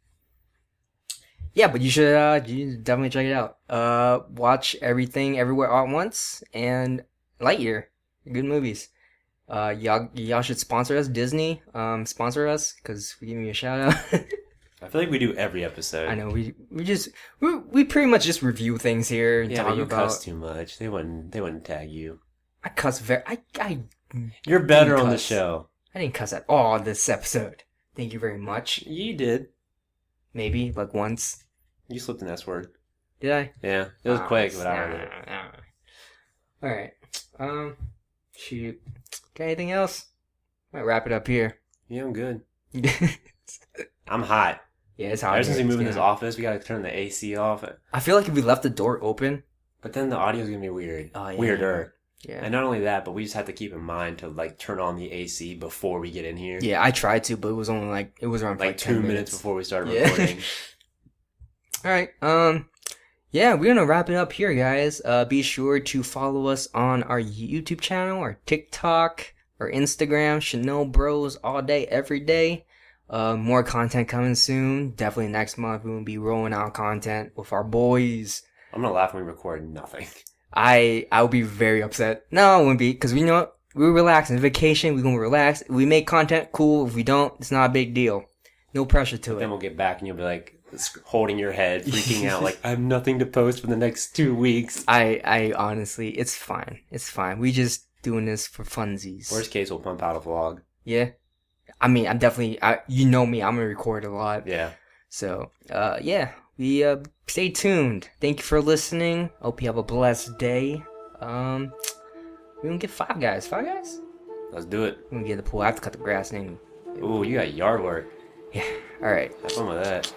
[SPEAKER 1] Yeah, but you should uh you should definitely check it out. Uh watch everything everywhere all at once and Lightyear. Good movies. Uh y'all y'all should sponsor us Disney. Um sponsor us cuz we give you a shout out.
[SPEAKER 2] I feel like we do every episode.
[SPEAKER 1] I know we we just we, we pretty much just review things here and
[SPEAKER 2] Yeah,
[SPEAKER 1] talk
[SPEAKER 2] but you
[SPEAKER 1] about
[SPEAKER 2] cuss too much. They wouldn't. They wouldn't tag you.
[SPEAKER 1] I cuss very I I
[SPEAKER 2] You're better on the
[SPEAKER 1] cuss.
[SPEAKER 2] show.
[SPEAKER 1] I didn't cuss at all this episode. Thank you very much.
[SPEAKER 2] You did.
[SPEAKER 1] Maybe like once.
[SPEAKER 2] You slipped an S word.
[SPEAKER 1] Did I?
[SPEAKER 2] Yeah, it was
[SPEAKER 1] Ah,
[SPEAKER 2] quick,
[SPEAKER 1] it's-
[SPEAKER 2] but I heard it.
[SPEAKER 1] nah, nah, nah. All right. Um, shoot. Got anything else? Might wrap it up here.
[SPEAKER 2] Yeah, I'm good.
[SPEAKER 1] yeah,
[SPEAKER 2] I'm hot.
[SPEAKER 1] it's hot.
[SPEAKER 2] Ever since we
[SPEAKER 1] here.
[SPEAKER 2] moved in
[SPEAKER 1] It's
[SPEAKER 2] this
[SPEAKER 1] getting hot.
[SPEAKER 2] office, we gotta turn the AC off.
[SPEAKER 1] I feel like if we left the door open.
[SPEAKER 2] But then the audio's gonna be weird.
[SPEAKER 1] Oh, yeah.
[SPEAKER 2] Weirder.
[SPEAKER 1] Yeah.
[SPEAKER 2] And not only that, but we just have to keep in mind to like turn on the AC before we get in here.
[SPEAKER 1] Yeah, I tried to, but it was only like it was around for,
[SPEAKER 2] Like,
[SPEAKER 1] like,
[SPEAKER 2] two
[SPEAKER 1] 10
[SPEAKER 2] minutes. before we started
[SPEAKER 1] Yeah.
[SPEAKER 2] recording.
[SPEAKER 1] All right. Um yeah, we're going to wrap it up here, guys. Uh be sure to follow us on our YouTube channel, our TikTok, our Instagram, Chanel Bros all day every day. Uh more content coming soon. Definitely next month we will be rolling out content with our boys.
[SPEAKER 2] I'm gonna laugh when we record nothing.
[SPEAKER 1] I I would be very upset. No, I wouldn't be cuz we know what? we're relaxing. Vacation, we're going to relax. If we make content cool. If we don't, it's not a big deal. No pressure to it.
[SPEAKER 2] Then we'll get back and you'll be like sc- holding your head, freaking out, like I have nothing to post for the next two weeks.
[SPEAKER 1] I I honestly, it's fine. It's fine. We just doing this for funsies.
[SPEAKER 2] Worst case, we'll pump out a vlog.
[SPEAKER 1] yeah. I mean, I'm definitely. I you know me. I'm gonna record a lot.
[SPEAKER 2] Yeah.
[SPEAKER 1] So, uh, yeah. We uh, stay tuned. Thank you for listening. Hope you have a blessed day. Um, we gonna get five guys. Five guys.
[SPEAKER 2] Let's do it.
[SPEAKER 1] We gonna get the pool. I have to cut the grass. Name.
[SPEAKER 2] Ooh, you got yard work.
[SPEAKER 1] All right.
[SPEAKER 2] Have fun with that.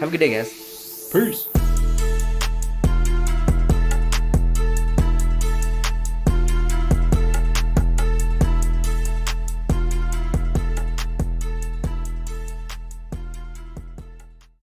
[SPEAKER 1] Have a good day, guys.
[SPEAKER 2] Peace.